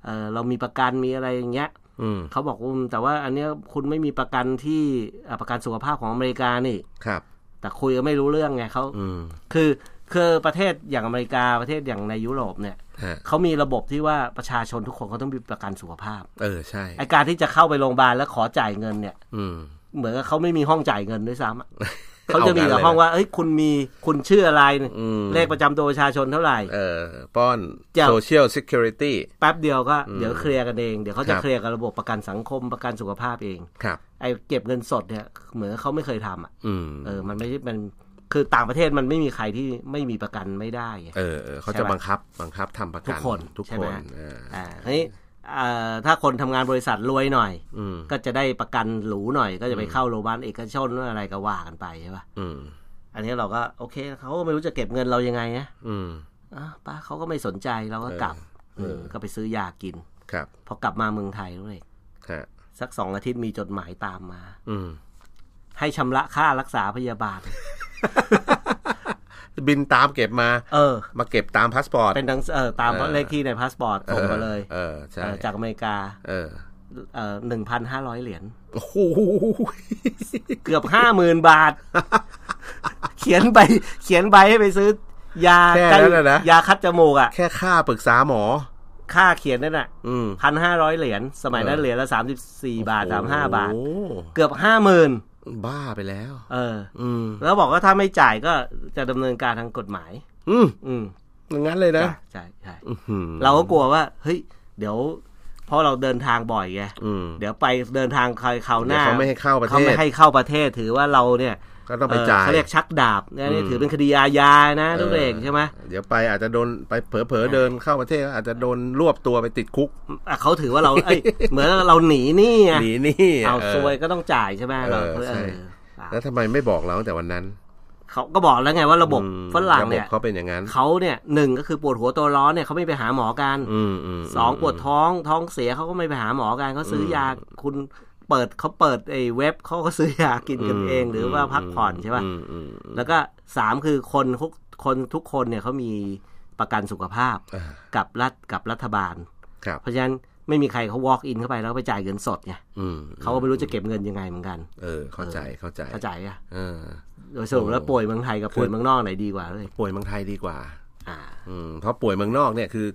B: เออเรามีประกันมีอะไรอย่างเงี้ย
A: อืม
B: เขาบอกว่าแต่ว่าอันเนี้ยคุณไม่มีประกันที่อ่ะประกันสุขภาพของอเมริกานี่
A: ครับ
B: แต่คุยก็ไม่รู้เรื่องไงเขา
A: อืม
B: คือคือประเทศอย่างอเมริกาประเทศอย่างในยุโรปเนี่ย
A: ฮะ
B: เขามีระบบที่ว่าประชาชนทุกคนเขาต้องมีประกันสุขภาพ
A: เออ ใช่
B: ไอการที่จะเข้าไปโรงพยาบาลแล้วขอจ่ายเงินเนี่ย
A: อืม
B: เหมือนกับเขาไม่มีห้องจ่ายเงินด้วยซ้ำอะ
A: เอา
B: เขาจะมีแต่
A: งั้นเลยนะ
B: ห้องว่า เอ้ย คุณมี คุณชื่ออะไร
A: อืม
B: เลขประจำตัวประชาชนเท่าไหร่
A: เอ่อ ป้อน
B: เจ้า
A: social security
B: แป๊บเดียวก็เดี๋ยวเคลียร์กันเอง เดี๋ยวเขาจะ
A: ครับ
B: เคลียร์กับระบบประกันสังคมประกันสุขภาพเอง
A: ครับ
B: ไอ้เก็บเงินสดเนี่ย เหมือนเขาไม่เคยทำอ่ะ
A: อืม
B: เออ มันไม่ใช่มัน คือต่างประเทศมันไม่มีใครที่ไม่มีประกันไม่ได้ไง
A: เออเออเขาจะบังคับ บังคับทำประกัน
B: ทุกคน
A: ทุก
B: ใช่
A: ค
B: ไหม
A: นเออ
B: อ่าทีนี้เอ่อถ้าคนทำงานบริษัทรวยหน่อย
A: อืม
B: ก็จะได้ประกันหรูหน่อย ก็จะไปเข้าโรงพยาบาลเอกชนอะไรก็ว่ากันไปใช่ป่ะ
A: อืม
B: อันนี้เราก็โอเคเขาก็ไม่รู้จะเก็บเงินเรายังไงนะ
A: อืม
B: อ่ะป้าเขาก็ไม่สนใจเราก็กลับเออก็ไปซื้อยากิน
A: ครับ
B: พอกลับมาเมืองไทยรู้เลย
A: ฮะ
B: สักสองอาทิตย์มีจดหมายตามมา
A: อืม
B: ให้ชำระค่ารักษาพยาบาล
A: บินตามเก็บมา
B: เออ
A: มาเก็บตามพาสปอร์ต
B: เป็นดังเออตาม
A: เออ
B: เลขที่ในพาสปอร์ตส่งมาเลย
A: เออ ใช่
B: เออจากอเมริกา
A: เออ
B: เออหนึ่งพันห้าร้อยเหรียญ
A: โอ้โห
B: เกือบห้าหมื่นบาท เขียนใบเขียนใบให้ไปซื้อยา
A: แค่
B: ใกล้
A: นั้นน่ะนะ
B: ยาคัดจมูกอ่ะ
A: แค่ค่าปรึกษาหมอ
B: ค่าเขียนนั่นอ่ะ
A: อืม
B: พันห้าร้อยเหรียญสมัยนั้
A: เอน อ
B: เหรียญละสามสิบสี่บาทสามห้าบาท
A: โอ้โ
B: เกือบห้าหมื่น
A: หบ้าไปแล้ว
B: เออ
A: อืม
B: แล้วบอกว่าถ้าไม่จ่ายก็จะดำเนินการทางกฎหมาย
A: อืม
B: อืม
A: อย่างนั้นเลยนะ
B: ใช่ใช่ใช่
A: อื้อหือ
B: เราก็กลัวว่า เฮ้ย เดี๋ยวเพราะเราเดินทางบ่อยไง
A: อืม
B: เดี๋ยวไปเดินทางใครเขาวห
A: เดี๋ยว
B: น้า
A: เขาไม่ให้เข้าประเท
B: เขาไม่
A: ศ
B: ให้เข้าประเทศถือว่าเราเนี่ย
A: ก็ต้องไป
B: อ่อ
A: จ่าย
B: เขาเรียกชักดาบนะนี่
A: อืม
B: ถือเป็นคดีอาญานะทุกเอกใช่ไหม
A: เดี๋ยวไปอาจจะโดนไปเผลอๆเดินเข้าประเทศ อาจจะโดนรวบตัวไปติดคุก
B: อ่ะเขาถือว่าเราเอ้ย เหมือนเราหนีหนี่ไง
A: หนีหนี่
B: เอา
A: เออ
B: ซวยก็ต้องจ่ายใช่ไหมเรา
A: เออใช่
B: เอออ่ะ
A: แล้วทำไมไม่บอกเราตั้งแต่วันนั้น
B: เขาก็บอกแล้วไงว่าระบบ
A: อืม
B: ฝรั่งเนี่
A: ระ
B: ย
A: บบเขาเป็นอย่างนั้น
B: เขาเนี่ยหนึ่งก็คือปวดหัวตัวร้อนเนี่ยเขาไม่ไปหาหมอกัน
A: อืมอืม
B: สองปวดท้องท้องเสียเขาก็ไม่ไปหาหมอกันเขาซื้อยาคุณเปิดเขาเปิดไอ้เว็บเขาก็ซื้อยากินกันเองหรือว่าพักผ่อนใช่ป่ะ
A: อืมอืมอืม
B: แล้วก็สามคือคนทุกคนทุกคนเนี่ยเขามีประกันสุขภาพ
A: อ่า
B: กับรัฐกับรัฐบาล
A: ครับ
B: เพราะฉะนั้นไม่มีใครเขา walk in เข้าไปแล้วไปจ่ายเงินสดไง
A: อืม
B: เขาก็ไม่รู้จะเก็บเงินยังไงเหมือนกัน
A: เออ เข้าใจเข้าใจ
B: เข้าใจอ่ะ
A: เออ
B: โดยสรุปแล้วป่วยเมืองไทยกับป่วยเมืองนอกไหนดีกว่าเลย
A: ป่วยเมืองไทยดีกว่า
B: อ่า
A: อืมเพราะป่วยเมืองนอกเนี่ยคือ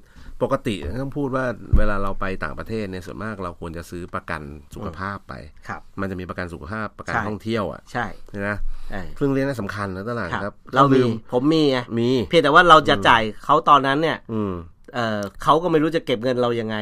A: ปกติต้องพูดว่าเวลาเราไปต่างประเทศเนี่ยส่วนมากเราควรจะซื้อประกันสุขภาพไป
B: ครับ
A: มันจะมีประกันสุขภาพประกัน
B: ใช่
A: ท่องเที่ยวอ่ะ
B: ใช่
A: นะ
B: เออ
A: ซึ่งเรื่องนี้สำคัญนะตลาดค
B: ครั
A: รั
B: บบ เรามี
A: ลื
B: ผมมีไง
A: มี
B: เพียงแต่ว่าเราจะจ่ายเขาตอนนั้นเนี่ย
A: อืม
B: เออเขาก็ไม่รู้จะเก็บเงินเรายังไง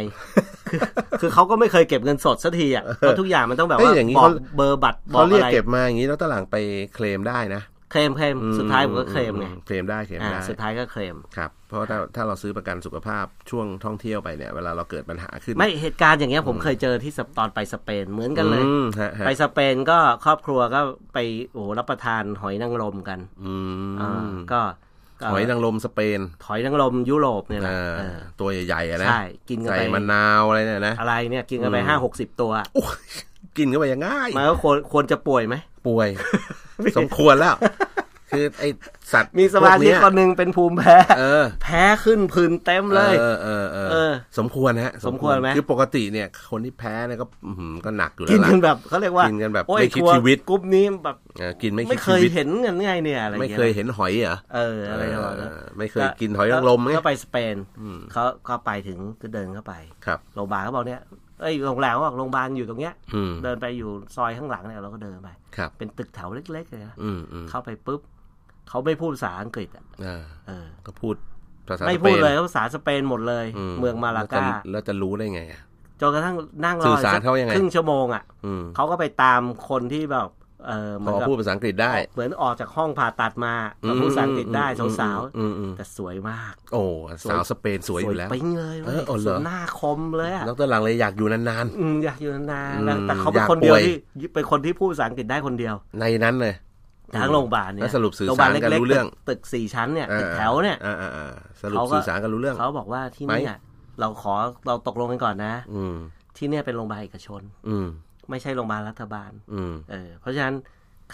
B: คือคือเขาก็ไม่เคยเก็บเงินสดสักทีอ่ะเพราะทุกอย่างมันต้องแบบ
A: เอ้ย
B: ว่า
A: อย่างนี้
B: บอก
A: เขา
B: เบอร์บัตรบอ
A: เขา
B: ก
A: เรียก
B: อะไร
A: เก็บมาอย่างนี้แล้วตลาดไปเคลมได้นะ
B: เคลมเคลมสุดท้ายผมก็เคลมไง
A: เคลมได้เคลม
B: อ่า
A: ได้
B: สุดท้ายก็เคลม
A: ครับเพราะถ้าถ้าเราซื้อประกันสุขภาพช่วงท่องเที่ยวไปเนี่ย เวลาเราเกิดปัญหาขึ้น
B: ไม่เหตุการณ์อย่างเงี้ยผมเคยเจอที่สปตอนไปสเปนเหมือนกันเลย
A: อืมฮะฮะ
B: ไปสเปนก็ครอบครัวก็ไปโอ้โหรับประทานหอยนางรมกัน
A: อื
B: อ่าม ก็
A: หอยนางรมสเปน
B: หอยนางรมยุโรปเนี่ยแหละ
A: อ่า
B: เออ
A: ตัวใหญ่ๆอะนะ
B: ใช่กินกัน
A: ใส่
B: ไป
A: มะนาวอะไรเนี่ยนะ
B: อะไรเนี่ยกินกันไป
A: อืม
B: ห้าหกสิบตัว
A: โอ้ยกินเข้าไปยังง่าย
B: มันก็ควรควรจะป่วยไหม
A: ป่วย สมควรแล้ว คือไอสัตว์
B: มีสมาชิก
A: พวกเย
B: คนหนึ่งเป็นภูมิแพ้
A: เออ
B: แพ้ขึ้นพื้นเต็มเลย
A: เออเออเออ
B: เออ
A: สมควรนะฮะ
B: สมควรไหม
A: คือปกติเนี่ย คนที่แพ้เนี่ยก็อื้อหือก็หนักอยู่แล้
B: กิน
A: วล่ะ
B: กันแบบเขาเรียกว่า
A: กินกันแบบ
B: โอ้ย
A: ไม่คิด
B: รั
A: ชีวิต
B: กรุ๊ปนี้แบบ
A: เออกินไม่
B: ไม่
A: ด
B: เค
A: ชี
B: ย
A: วิต
B: เห็นกันไงเนี่ยอะไร
A: ไม่
B: งี้
A: เคยเห็นหอยเหรอ
B: เอออะไรประมาณนั้น
A: เออไม่เคยกินหอยนางรมไง
B: ก็ไปสเปนเขาก็ไปถึงก็เดินเข้าไป
A: ครับ
B: โรงพยาบาลเขาบอกเนี่ยเอ้ยโรงแรมเขาบอกโรงพยาบาลอยู่ตรงเนี้ย
A: อืม
B: เดินไปอยู่ซอยข้างหลังเนี่ยเราก็เดินไป
A: ครับ
B: เป็นตึกแถวเล็กๆเลยนะ
A: อืมอืม
B: เข้าไปปุ๊บเขาไม่พูดภาษาอังกฤษอะ
A: อ่า
B: เออ
A: ก็พูดภาษา
B: ไม่
A: สปน
B: พูดเลยภาษาสเปนหมดเลย
A: ม
B: เมืองมาลา
A: แวจะ
B: กา
A: แล้วจะรู้ได้ไงอะ
B: จนกระทั่งนั่งร
A: สื่
B: อ
A: อสารเขายังไง
B: ครึ่งชั่วโมงอ่ะ
A: อืม
B: เขาก็ไปตามคนที่แบบเออ
A: พ
B: เหมือน
A: อ
B: กับ
A: พูดภาษาอังกฤษได้
B: เหมือนออกจากห้องผ่าตัดมาแล้วพูดภาษาอังกฤษได้สาว
A: อืมอืม
B: ๆแต่สวยมาก
A: โอ้สาวสเปนสวยอยู่แล้ว
B: ปิ๊งเลยว้ย
A: เออเอาเหรอ
B: สุดหน้าคมเลยอะ
A: ดรหลังเลยอยากอยู่นาน
B: อืมอยากอยู่นาน
A: อื
B: ๆ
A: ม
B: แล้วแต่เขา
A: อน
B: เป็
A: ยาก
B: คนเดีย
A: ป่
B: ว
A: วย
B: ที่เป็นคนที่พูดภาษาอังกฤษได้คนเดียว
A: ๆ ในนั้นเลย
B: ทางโรงพยาบาลเนี่
A: แล้
B: ยว
A: สรุปสื่อ
B: โงพยบล
A: สารกัน
B: ล็
A: รู้เรื่อง
B: ตึตึกสี่ชั้นเนี่ย
A: อ่า
B: ตึกแถวเนี่ย
A: อ่าอ่าอ่าสรุป
B: เขาก็
A: สื่อสารกันรู้เรื่อง
B: เขาบอกว่าที่เนี่
A: ไห
B: ย
A: ม
B: เราขอเราตกลงกันก่อนนะ
A: อืม
B: ที่เนี่ยเป็นโรงพยาบาลเอกชน
A: อืม
B: ไม่ใช่โรงพยาบาลรัฐบาล
A: อืม
B: เออเพราะฉะนั้น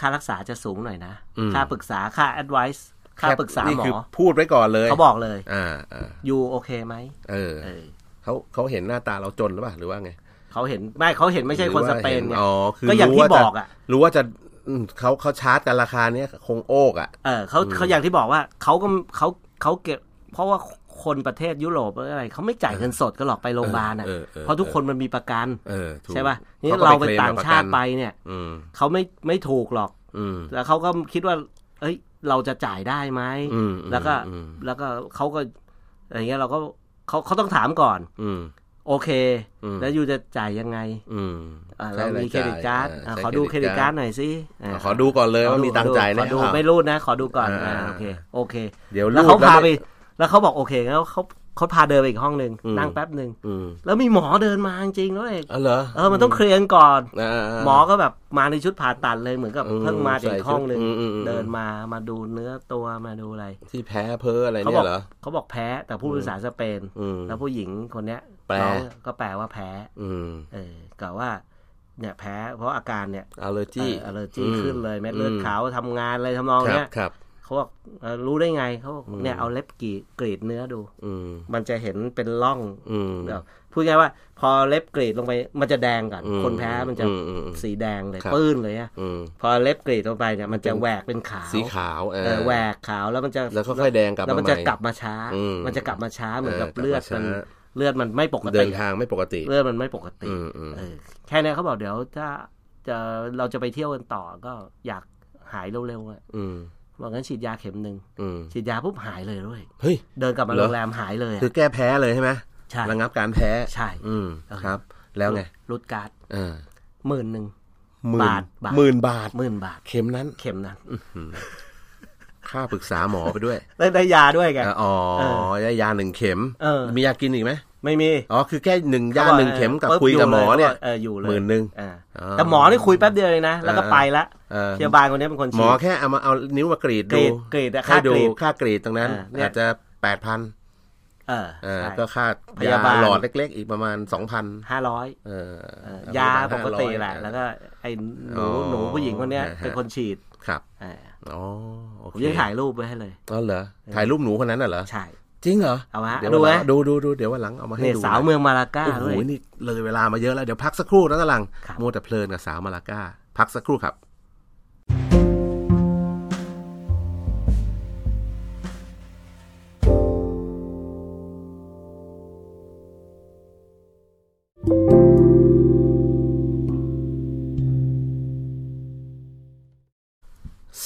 B: ค่ารักษาจะสูงหน่อยนะ
A: อืม
B: ค่าปรึกษาค่า advice ค่าปรึกษา
A: นี่
B: หม
A: คือ
B: อ
A: พูดไว้ก่อนเลย
B: เขาบอกเลย
A: อ่าอ่า
B: อยู่โอเคไหม
A: เออ
B: เออ
A: เขาเขาเห็นหน้าตาเราจนหรือเปล่าหรือว่าไง
B: เขาเห็นไม่เขาเห็นไม่ใช่คนสเปน
A: หรือว่าห็
B: ไง
A: อ๋อคือ
B: ก็อย่าง
A: รู้
B: ที่
A: ว่จะ
B: บอกอะ
A: รู้ว่าจะอืมเขาเขาชาร์จกันราคาเนี้ยคงโอกอ่ะ
B: เออเขาเขาอย่างที่บอกว่าเขาก็เขาเขาเก็บ เพราะว่าคนประเทศยุโรปหรืออะไรเขาไม่จ่ายเงินสดก็หรอกไปโรงพยาบาลอ่ะ
A: เออเออเออ
B: เพราะทุกคนมันมีประกัน
A: เออถูก
B: ใช่ป่ะนี่
A: ขก็
B: เราเป็น
A: คลม
B: ต่าง
A: กับระ
B: ชา
A: กัน
B: ติไปเนี่ย
A: อืม
B: เขาไม่ไม่ถูกหรอก
A: อืม
B: แล้วเขาก็คิดว่า เอ้ย เราจะจ่ายได้ไหม
A: อืมอืม
B: แล้วก็
A: อืม
B: แล้วก็เขาก็อะไรเงี้ยเราก็เขาเขาต้องถามก่อน
A: อืม
B: โอเค
A: อืม
B: แล้วยูจะจ่ายยังไง
A: อืม
B: อ่า
A: ใช้
B: เรามีเครดิตการ์ด
A: จ่ย
B: อ่า
A: ใช้
B: ขอดูเครดิตการ์ดหน่อยสิ
A: อ่า
B: า
A: ขอดูก่อนเลยว่ามีตังค์จ่าย
B: ข
A: แน่
B: อดู
A: เปล่า
B: ไม่รูดนะ ขอดูก่อน
A: อ่า
B: อ่าโอเค โอเค
A: เดี๋ยวรูด
B: แล้วเขา
A: แล้ว
B: พา
A: ไม่
B: ไป แล้วเขาบอกโอเคแล้วเขาเขาพาเดินไปอีกห้องหนึ่ง
A: อืม
B: นั่งแป๊บหนึ่ง
A: อืม
B: แล้วมีหมอเดินมาจริงๆแล้วเอง
A: อ๋อเหรอ
B: เออมันต้องเคลียร์กันก่อน
A: าา
B: หมอก็แบบมาในชุดผ่าตัดเลยเหมือนกับ
A: อืม
B: เพิ่งมาจากอีกห้องหนึ่ง
A: ใส่ชุดอืมอืมอืม
B: เดินมามาดูเนื้อตัวมาดูอะไร
A: ที่แพ้เพ้ออะไร
B: เขา
A: เนี่
B: บอก
A: ยเหรอ
B: เขาบอกแพ้แต่พูดภาษาสเปน
A: อืม
B: แล้วผู้หญิงคนเนี้ย
A: แปล
B: น้องก็แปลว่าแพ้
A: อืม
B: เออกล่าวว่าเนี่ยแพ้เพราะอาการเนี่ย
A: อัลเลอร์จี
B: เออเลอร์จีขึ้นเลยเม็ดเลือดขาวทำงานอะไรทำนอง
A: ครับ
B: เนี้ย
A: ครับ
B: เขาบอกเอ่อรู้ได้ไงเขาบอกเนี่ยเอาเล็บกรีดกรีดเนื้อดู
A: อืม
B: มันจะเห็นเป็นร่อง
A: อืม
B: แบบพูดง่ายว่า พอเล็บกรีดลงไป มันจะแดงก่อน
A: อืม
B: คนแพ้มันจะ
A: อืมอืม
B: สีแดงเลย
A: ครับ
B: ปื้นเลยอะ
A: อืม
B: พอเล็บกรีดลงไปเนี่ยมันจะแหวกเป็นขาว
A: สีขาวเอ
B: เอ
A: อ
B: อแหวกขาวแล้วมันจะ
A: แล้วก็ค่อยแดงกลับ
B: แล้วมัน
A: มา
B: จะ
A: ให
B: กลับมาช้า
A: อืม
B: มันจะกลับมาช้าเหมือนกับ
A: เออกลับมา
B: เลือดมัน
A: ช้า
B: เลือดมันไม่ปก
A: เดิ
B: ติ
A: นทางไม่ปกติ
B: เลือดมันไม่ปกติ
A: อืมอืม
B: เออแค่เนี้ยเขาบอกเดี๋ยวถ้าจะเราจะไปเที่ยวกันต่อก็อยากหายเร็วๆอะ
A: อืม
B: บอกงั้นฉีดยาเข็มหนึ่ง
A: อืม
B: ฉีดยาปุ๊บหายเลยด้วย
A: เฮ้ย
B: เดินกลับมา
A: เหรอ
B: โรงแรมหายเลยอะ
A: คือแก้แพ้เลยใช่ไหม
B: ใช่
A: ระงับการแพ้
B: ใช่
A: อืมครับ แล้วไง
B: รูดการ์ด
A: เออ
B: หมื่นหนึ่ง
A: หมื่น
B: บาทบาท
A: หมื่นบาท
B: หมื่นบาท
A: เข็มนั้น
B: เข็มนั้น
A: ค่าปรึกษาหมอไปด้วย
B: ได้ได้ยาด้วยไง
A: อ๋อ
B: เออย
A: ายาหนึ่งเข็ม
B: เออ
A: มียากินอีกไหม
B: ไม่มี
A: อ๋อ คือแค่หนึ่ง
B: ข
A: ยา
B: บอ
A: หนึ่งเข็มกับ
B: ปุ๊
A: คุยกับหมอเนี่ย
B: เอออยู่เลย
A: หมื่นหนึ่ง
B: อ่า
A: อ๋อ
B: แต่หมอนี่คุยแป๊บเดียวเลยนะ แล้วก็
A: เออ
B: ไปละ
A: เออ
B: พยาบาลคนนี้เป็นคน
A: หม
B: ฉี
A: อ
B: ด
A: แค่เอามาเอานิ้วมากรีด
B: กรี
A: ดู
B: ดกรีดอะ
A: ให้ดู
B: ค่ากรีด
A: ค่ากรีดตรงนั้น
B: อ่าเนี่ย
A: อาจจะแปดพัน
B: เออ
A: เออ
B: ใช่
A: ก็ค่า
B: พยาบาล
A: หลอดเล็กๆ อีกประมาณสองพัน
B: ห้าร้อย
A: เออ
B: เออ
A: ประมณ
B: ยาปกติ
A: 500
B: แหละ
A: เออ
B: แล้วก็ไอ้ห
A: อ๋อ
B: นูหนูผู้หญิงคนเนี้ย
A: ฮะ
B: เป็นคนฉีด
A: ครับ
B: เออ
A: อ๋อ โอ
B: ผ
A: เค
B: มยังถ่ายรูปไว้ให้เลย
A: อ๋อเหรอ ถ่ายรูปหนูคนนั้นน่ะเหรอ
B: ใช่
A: จริงเหรอ
B: เอาวะ
A: เดี๋ยว
B: ดู
A: วันห
B: ไหม
A: ลังดูดูดูเดี๋ยววันหลังเอามาให้
B: เนี่ย
A: ดู
B: สาว
A: นะ
B: เมืองมาลาก้า
A: โอ้โห
B: ด้วย
A: นี่เลยเวลามาเยอะแล้ว เดี๋ยวพักสักครู่นะตะลัง
B: ครับ
A: มัวแต่เพลินกับสาวมาลาก้า พักสักครู่ครับ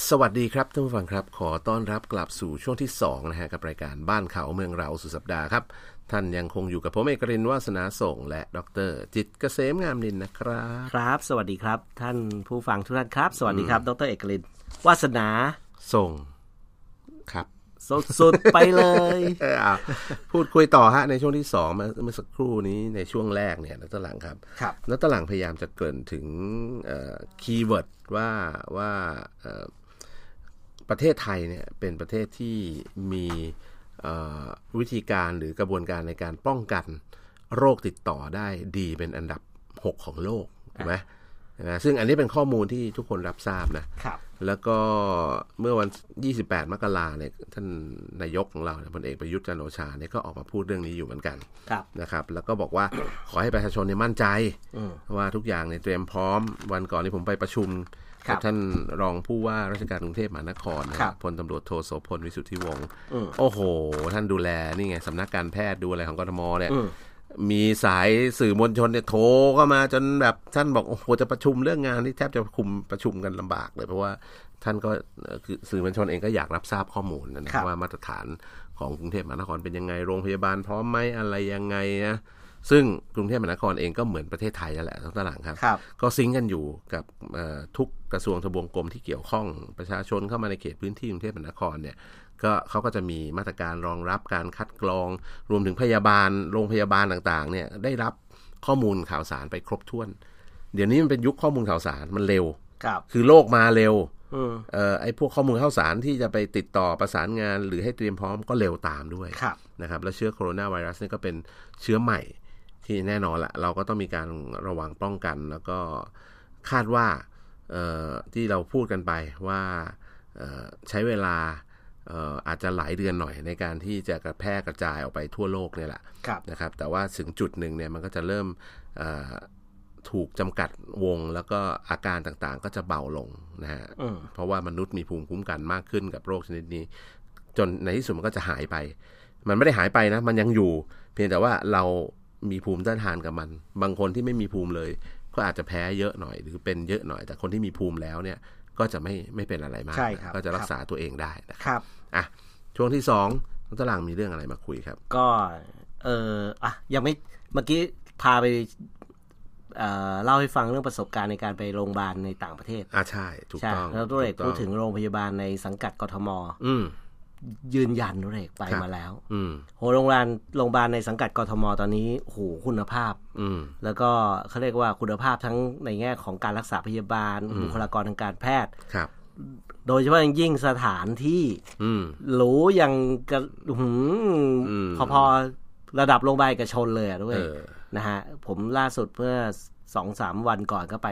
A: สวัสดีครับท่านผู้ฟังครับ ขอต้อนรับกลับสู่ช่วงที่ 2 นะฮะ กับรายการบ้านเขาเมืองเราสุดสัปดาห์ครับ ท่านยังคงอยู่กับผมเอกรินทร์วาสนาส่ง และดร จิตรเกษมงามนินนะครับ
B: ครับ สวัสดีครับ ท่านผู้ฟังทุกท่านครับ สวัสดีครับ ดรเอกลิน วาสนา
A: ส่งครับ
B: สุดๆไปเลย
A: เอออ่ะพูดคุยต่อฮะในช่วงที่สองเมื่อเมื่อสักครู่นี้ในช่วงแรกเนี่ยนักตหลังครับ
B: ครับ
A: แล้วตหลังพยายามจะเกริ่นถึงคีย์เวิร์ดว่าว่าเอ่อประเทศไทยเนี่ยเป็นประเทศที่มีเอ่อวิธีการหรือกระบวนการในการป้องกันโรคติดต่อได้ดีเป็นอันดับ 6 ของโลกถูกไหมนะซึ่งอันนี้เป็นข้อมูลที่ทุกคนรับทราบนะ
B: ครับ
A: แล้วก็เมื่อวัน 28 มกราเนี่ยท่านนายกของเราเนี่ยพลเอกประยุทธ์จันทร์โอชาเนี่ยก็ออกมาพูดเรื่องนี้อยู่เหมือนกัน
B: ครับ
A: นะครับ แล้วก็บอกว่า ขอให้ประชาชนเนี่ยมั่นใจ
B: อืม
A: ว่าทุกอย่างเนี่ยเตรียมพร้อมวันก่อนนี้ผมไปประชุม
B: ครั
A: กับ ท่านรองผู้ว่าราชการกรุงเทพมหานครนะครับ พลตำรวจโทโสพลวิสุทธิวงศ์
B: อืม
A: โอ้โห ท่านดูแลนี่ไงสำนักการแพทย์ดูอะไรของกทมเนี่ย
B: อืม
A: มีสายสื่อมวลชนเนี่ยโทรเข้ามาจนแบบท่านบอกโอ้โหจะประชุมเรื่องงานที่แทบจะคุมประชุมกันลำบากเลยเพราะว่าท่านก็เอ่อคือสื่อมวลชนเองก็อยากรับทราบข้อมูลนะนะครับ ว่ามาตรฐานของกรุงเทพมหานครเป็นยังไงโรงพยาบาลพร้อมไหมอะไรยังไงนะซึ่งกรุงเทพมหานครเองก็เหมือนประเทศไทยนั่นแหละทั้งตลาดครับ
B: ครับ
A: ก็ซิงก์กันอยู่กับเอ่อทุกกระทรวงทบวงกรมที่เกี่ยวข้องประชาชนเข้ามาในเขตพื้นที่กรุงเทพมหานครเนี่ยก็เขาก็จะมีมาตรการรองรับการคัดกรอง รวมถึงพยาบาลโรงพยาบาลต่างๆเนี่ยได้รับข้อมูลข่าวสารไปครบถ้วน เดี๋ยวนี้มันเป็นยุคข้อมูลข่าวสารมันเร็ว
B: ครับ
A: คือโลกมาเร็ว
B: อืม
A: เอ่อไอ้พวกข้อมูลข่าวสารที่จะไปติดต่อประสานงาน หรือให้เตรียมพร้อมก็เร็วตามด้วย
B: ครับ
A: นะครับและเชื้อโคโรนาไวรัสเนี่ยก็เป็นเชื้อใหม่ที่แน่นอนละเราก็ต้องมีการระวังป้องกัน แล้วก็คาดว่าเอ่อที่เราพูดกันไปว่าเอ่อใช้เวลาเอ่ออาจจะหลายเดือนหน่อยในการที่จะกระแพร่กระจายออกไปทั่วโลกเนี่ยแหละ
B: ครับ
A: นะครับแต่ว่าถึงจุดหนึ่งเนี่ยมันก็จะเริ่มเอ่อถูกจำกัดวง แล้วก็อาการต่างๆก็จะเบาลงนะฮะ
B: อืม
A: เพราะว่ามนุษย์มีภูมิคุ้มกันมากขึ้นกับโรคชนิดนี้ จนในที่สุดมันก็จะหายไป มันไม่ได้หายไปนะ มันยังอยู่ เพียงแต่ว่าเรามีภูมิต้านทานกับมัน บางคนที่ไม่มีภูมิเลย ก็อาจจะแพ้เยอะหน่อย หรือเป็นเยอะหน่อย แต่คนที่มีภูมิแล้วเนี่ยก็จะไม่ไม่เป็นอะไรมาก
B: ใช่ครับ
A: ก็จะรักษาตัวเองได้นะครับ อ่ะช่วงที่สองน้องตารางมีเรื่องอะไรมาคุยครับ
B: ก็ เอออ่ะ ยังไม่ เมื่อกี้พาไป เอ่อ เล่าให้ฟังเรื่องประสบการณ์ในการไปโรงพยาบาลในต่างประเทศ
A: อ่ะใช่ถูก
B: ใช่
A: ต้อง
B: แล้วตัวเอก
A: ถูต้อ
B: พูดถึงโรงพยาบาลในสังกัดกทม
A: อืม
B: ยืนยันตัวเอกไป
A: ครับ
B: มาแล้ว
A: อืม
B: โห โรงพยาบาล โรงพยาบาลในสังกัดกทม ตอนนี้โหคุณภาพ
A: อืม
B: แล้วก็เขาเรียกว่าคุณภาพทั้งในแง่ของการรักษาพยาบาล บุคลากรทางการแพทย์
A: ครับ
B: โดยเฉพาะอย่างยิ่งสถานที่
A: อืม
B: หรูอย่างกระหื
A: อืม
B: พอพอๆระดับโรงพยาบาลเอกชนเลยอะด้วย
A: เออ
B: นะฮะผมล่าสุดเมื่อสองสามวันก่อนก็ไป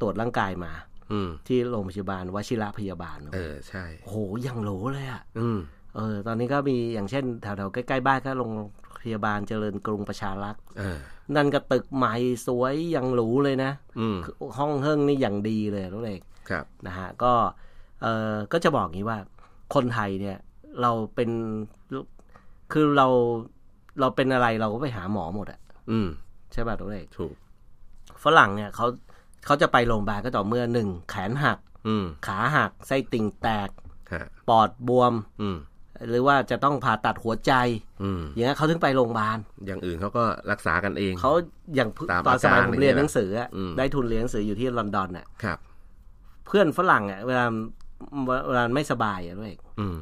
B: ตรวจร่างกายมา
A: อืม
B: ที่โรงพยาบาลวชิระพยาบาล
A: เออใช่
B: โอ้โหอย่างหรูเลยอะ
A: อืม
B: เออตอนนี้ก็มีอย่างเช่นแถวๆใกล้ๆบ้านก็โรงพยาบาลเจริญกรุงประชารักษ์
A: เออ
B: นั่นก็ตึกใหม่สวยอย่างหรูเลยนะ
A: อืม
B: ห้องเฮิ่งนี่อย่างดีเลยรู้เอก
A: ครับ
B: นะฮะก็เออก็จะบอกอย่างนี้ว่า คนไทยเนี่ยเราเป็นคือเราเราเป็นอะไรเราก็ไปหาหมอหมดอะ
A: อืม
B: ใช่ป่ะรู้เอก
A: ถูก
B: ฝรั่งเนี่ยเขาเขาจะไปโรงพยาบาลก็ต่อเมื่อหนึ่งแขนหัก
A: อืม
B: ขาหัก ไส้ติ่งแตก
A: ฮะ
B: ปอดบวม
A: อืม
B: หรือว่าจะต้องผ่าตัดหัวใจ
A: อืม
B: อย่างนั้นเขาถึงไปโรงพยาบาล
A: อย่างอื่นเขาก็รักษากันเอง
B: เขาอย่าง
A: ตาม
B: ตอนสมัย
A: อาการ
B: ผมเรีย
A: อ
B: น
A: ย่างเงี้ย
B: หนังสืออะ
A: อืม
B: ได้ทุนเรียนหนังสืออยู่ที่ลอนดอนน่ะ
A: ครับ
B: เพื่อนฝรั่งอ่ะเวลาเวลาไม่สบายอ่ะด้วย
A: อืม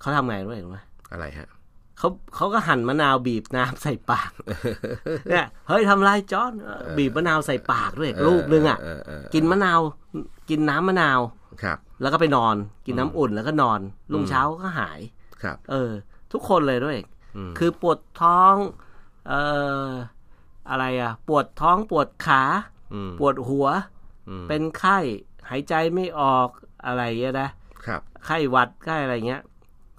B: เขาทำไงด้วยรู้ไหม
A: อะไรฮะ
B: เขาเขาก็หั่นมะนาวบีบน้ำใส่ ปาก เนี่ยเฮ้ยทำไรจอนเออบีบมะนาวใส่ปากด้วย
A: เออ
B: ลูกนึงอ่ะ
A: เออเออเออ
B: กินมะนาวกินน้ำมะนาว
A: ครับ
B: แล้วก็ไปนอน กินน้ำอุ่นแล้วก็นอนรุ่งเช้าก็หาย
A: ครับ
B: เออ ทุกคนเลยด้วย
A: อืม
B: คือปวดท้อง เอ่ออะไรอ่ะ ปวดท้องปวดขา
A: อืม
B: ปวดหัว
A: อืม
B: เป็นไข้หายใจไม่ออกอะไรเงี้ยนะ
A: ครับ
B: ไข้หวัดไข้อะไรเงี้ย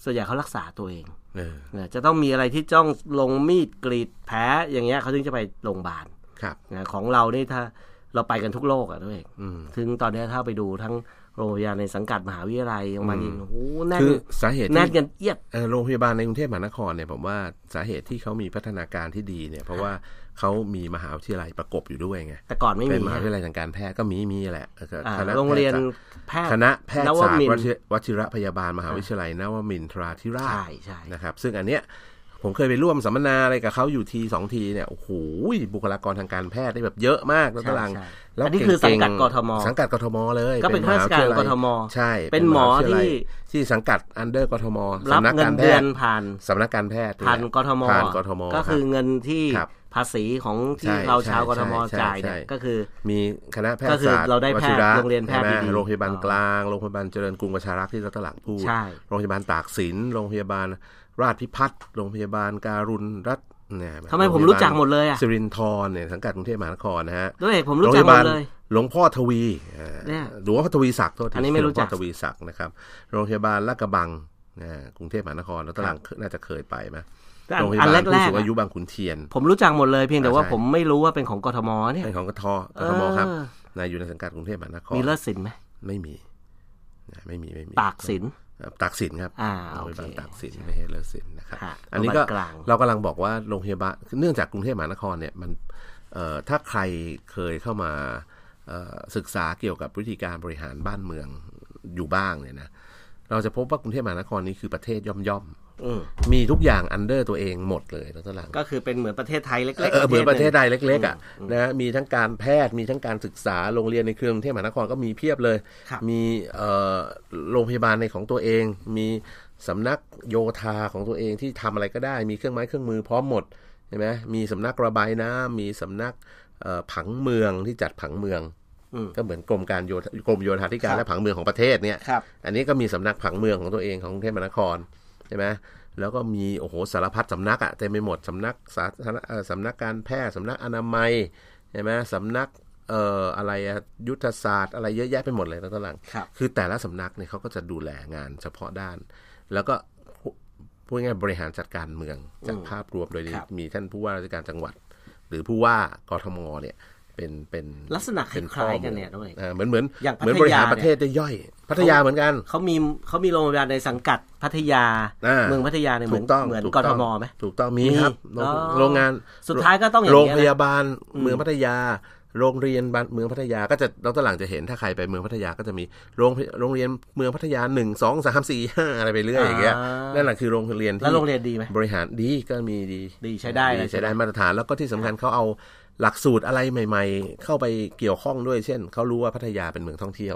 B: ส่วนใหญ่เขารักษาตัวเอง
A: เออ
B: นะจะต้องมีอะไรที่จ้องลงมีดกรีดแผลอย่างเงี้ยเขาถึงจะไปโรงพยาบาล
A: ครับ
B: นะของเรานี่ถ้าเราไปกันทุกโลกอะด้วย
A: อืม
B: ถึงตอนเนี้ยถ้าไปดูทั้งโรงพยาบาลในสังกัดมหาวิทยาลัยโรงพยาบาล
A: อืม
B: โอ้โหแน่น
A: คือสาเหตุ
B: แน่น
A: ที่
B: กันเอียด
A: เอ่อโรงพยาบาลในกรุงเทพมหานครเนี่ยผมว่าสาเหตุที่เขามีพัฒนาการที่ดีเนี่ย เพราะว่าเขามีมหาวิทยาลัยประกบอยู่ด้วยไง
B: แต่ก่อนไม่
A: เป็
B: มี
A: นมหาวิทยาลัยทางการแพทย์ก็มีมีแหละเออ
B: อ่า
A: คณะ
B: โรงเรียน
A: แพทศาสต
B: แพทย์
A: คณะแพทยศาสต
B: นวมิ
A: ร์
B: น
A: ว
B: ทร์
A: ชิวชิระพยาบาลมหาวิทยาลัยนวมินทราธิราช
B: ใช่ใช่
A: นะครับซึ่งอันเนี้ยผมเคยไปร่วมสัมมนาอะไรกับเขาอยู่ทีสองทีเนี่ยโอ้โหบุคลากรทางการแพทย์ได้แบบเยอะมากแล้ว
B: ใช่
A: ตาราง
B: ใช่ อันนี้คือสังกัดกทม
A: สังกัดกทมเลย
B: ก็เป็นข้าราชการกทม
A: ใช่
B: เป็นหมอ
A: วิทยา
B: ที่
A: ลัยที่สังกัดอันเดอร์กทม
B: รับ
A: สำนัก
B: เงิ
A: กาน รแพ
B: เดื
A: ท
B: อน
A: ย์
B: ผ่าน
A: สำนักการแพทย์
B: ผ่านกทม
A: ผ่านกทม
B: ก็คือ
A: รับ
B: เงินที่
A: ครับ
B: ภาษีของที่
A: ใช่
B: เราชาวกทม
A: ใช่ใช่
B: จ่ายเนี่ย
A: ใช่
B: ก็คือ
A: มีคณะแพท
B: ก็
A: ย
B: คือ
A: ศาสตร์
B: เราได้
A: ว
B: แพ
A: ชิ
B: ทย์โรงเรียนแพทย์
A: ใช่ไหม
B: ดีๆ
A: โรงพยาบาล
B: อ๋อก
A: ลาง โรงพยาบาลเจริญกรุงประชารักษ์ที่ดรหลังพูด
B: ใช่
A: โรงพยาบาลตากสิน โรงพยาบาลราชพิพัฒน์โรงพยาบาลการุณรัตน์เนี่ย
B: ทำไมผมรู้จักหมดเลยอ่ะ
A: สิรินทรเนี่ยสังกัดกรุงเทพมหานครนะฮะ
B: ด้วยเหตุผมรู้จักหมดเลย
A: หลวงพ่อทวีอ่า
B: เนี่ย
A: หลวงพ่อทวีศักดิ์โทษที
B: อันนี้ไม่รู้จั
A: หลว
B: ก
A: งพ่อทวีศักดิ์นะครับ โรงพยาบาลลาดกระบังนะกรุงเทพมหานครแล้วตอนหลังน่าจะเคยไปไหม
B: แต่อัน
A: โรงพยาบาล
B: อันแรกๆ
A: ผู้สูง
B: อะ
A: อายุบางขุนเทียน
B: ผมรู้จักหมดเลยเพียงแต่ว่า
A: ใช่
B: ผมไม่รู้ว่าเป็นของกทมเนี่ย
A: เป็นของกทกทมครับ
B: เออ
A: นายอยู่ในสังกัดกรุงเทพมหานคร
B: มีเลิศสินไหม
A: ไม่มีนะไม่มีไม่มี
B: ตากสิน
A: เอ่อตากสินครับ
B: อ่า
A: โรงพยาบาล
B: โอเค
A: ตากสินไม่ใช่เลิศสินนะครับ
B: ค่ะ
A: อันนี้ก็
B: โรงพยาบาลกลาง
A: เรากำลังบอกว่าโรงพยาบาลเนื่องจากกรุงเทพมหานครเนี่ยมันเอ่อถ้าใครเคยเข้ามาเอ่อศึกษาเกี่ยวกับวิธีการบริหารบ้านเมืองอยู่บ้างเนี่ยนะเราจะพบว่ากรุงเทพมหานครนี้คือประเทศย่อมย่อม
B: อืม
A: ๆมีทุกอย่างอันเดอร์ตัวเองหมดเลยแล้วตหลัง
B: ก็คือเป็นเหมือนประเทศไทยเล็กๆ
A: เออเหมือนประเทศ
B: หนึ่ง
A: ใดเล็กๆอ่ะนะมีทั้งการแพทย์มีทั้งการศึกษาโรงเรียนในเครือกรุงเทพมหานครก็มีเพียบเลย
B: ครับ
A: มีเอ่อโรงพยาบาลในของตัวเอง มีสำนักโยธาของตัวเองที่ทำอะไรก็ได้ มีเครื่องไม้เครื่องมือพร้อมหมดใช่ไหมมีสำนักระบายน้ำมีสำนักเอ่อผังเมืองที่จัดผังเมือง
B: อืม
A: ก็เหมือนกรมการโยธากรมโยธาธิการ
B: ครับ
A: และผังเมืองของประเทศเนี่ย
B: ครับ
A: อันนี้ก็มีสำนักผังเมืองของตัวเองของกรุงเทพมหานครใช่ไหมแล้วก็มีโอ้โหสารพัดสำนักอะเต็มไปหมดสำนักสาธารณเอ่อสำนักการแพทย์สำนักอนามัยใช่ไหมสำนักเอ่ออะไรอะยุทธศาสตร์ อะไรเยอะแยะไปหมดเลยนะตอนหลัง
B: ครับ
A: คือแต่ละสำนักเนี่ยเขาก็จะดูแลงานเฉพาะด้าน แล้วก็พูพูดง่ายๆบริหารจัดการเมืองจากภาพรวมโดย
B: ครับ
A: มีท่านผู้ว่าราชการจังหวัด หรือผู้ว่ากทมเนี่ยเป็นเป็น
B: ลักษณะค
A: เป็น
B: ล้ายๆกันเนี่ยน้องเอก
A: เออเหมือนเหมือน
B: อย่าง
A: เหมือ
B: พัทยา
A: นบริหาร
B: เนี่ย
A: ประเทศได้ย่อย พัทยาเหมือนกัน
B: เขามีเขามีโรงพยาบาลในสังกัดพัทยา
A: อ่า
B: เมืองพัทยาเนี่ยเหมื
A: ถู
B: อน
A: กต้อง
B: เหมือน
A: ถู
B: ก
A: ต้
B: ท
A: ง
B: มไหม
A: ถูกต้องมีครับ
B: มีอ๋อ
A: โรงงาน
B: สุดท้ายก็ต้องอย่าง
A: โรง
B: นี้
A: พ
B: ย
A: ยา
B: นะ
A: บาลเมืองพัทยา โรงเรียนบ้านเมืองพัทยาก็จะเราตอนหลังจะเห็นถ้าใครไปเมืองพัทยาก็จะมีโรงโรงเรียนเมืองพัทยาหนึ่งสองสามสี่ห้าอะไรไปเรื่อยอย่างเงี้ย
B: อ่านั่
A: นั่นแหละคือโรงเรียน
B: แล้ว
A: ที่
B: โรงเรียนดีไหม
A: บริหารดีก็มีดี
B: ดีใช้ได้เลย
A: ใช้ได้
B: ใช่ไหม
A: มาตรฐานแล้วก็ที่สำคัญเขาเอาหลักสูตรอะไรใหม่ ๆ เข้าไปเกี่ยวข้องด้วยเช่นเขารู้ว่าพัทยาเป็นเมืองท่องเที่ยว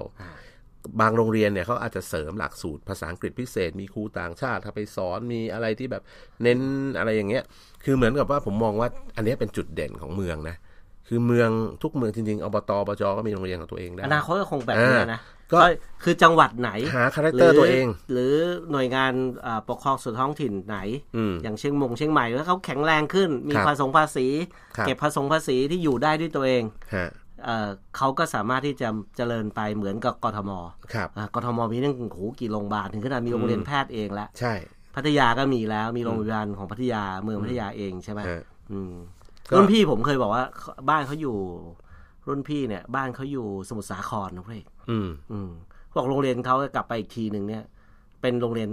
A: บางโรงเรียนเนี่ยเขาอาจจะเสริมหลักสูตรภาษาอังกฤษพิเศษ มีครูต่างชาติถ้าไปสอนมีอะไรที่แบบเน้นอะไรอย่างเงี้ย คือเหมือนกับว่าผมมองว่าอันเนี้ยเป็นจุดเด่นของเมืองนะ คือเมืองทุกเมืองจริงๆอบตอบจก็มีโรงเรียนของตัวเองได้
B: อนาคตก็คงแบบนี้นะ
A: ก็
B: ก็คือจังหวัดไหน
A: หาคาแรคเตอร์ตัวเอง
B: หรือหน่วยงานเอ่อปกครองส่วนท้องถิ่นไหน
A: อืม
B: อย่างเชียงมงเชียงใหม่แล้วเขาแข็งแรงขึ้น มี
A: ครับ
B: ภาษีภาษี
A: ครับ
B: เก็บภาษีภาษีที่อยู่ได้ด้วยตัวเอง
A: ฮะ
B: เอ่อเขาก็สามารถที่จะเจริญไปเหมือนกับกทม
A: ครับ
B: อ่ากทมมีตั้งโหกี่โรงพยาบาลถึงขนาดมีโรงเรียนแพทย์เองแล้ว
A: ใช่
B: พัทยาก็มีแล้วมีโรงพยาบาลของพัทยาเมืองพัทยาเองใช่ไหม
A: ฮะ
B: อืม
A: ก็
B: รุ่นพี่ผมเคยบอกว่าเขาบ้านเขาอยู่ รุ่นพี่เนี่ย บ้านเขาอยู่สมุทรสาครนะเพื่อน
A: อืม
B: อืมบอกโรงเรียนเขากลับไปอีกทีหนึ่งเนี่ย เป็นโรงเรียน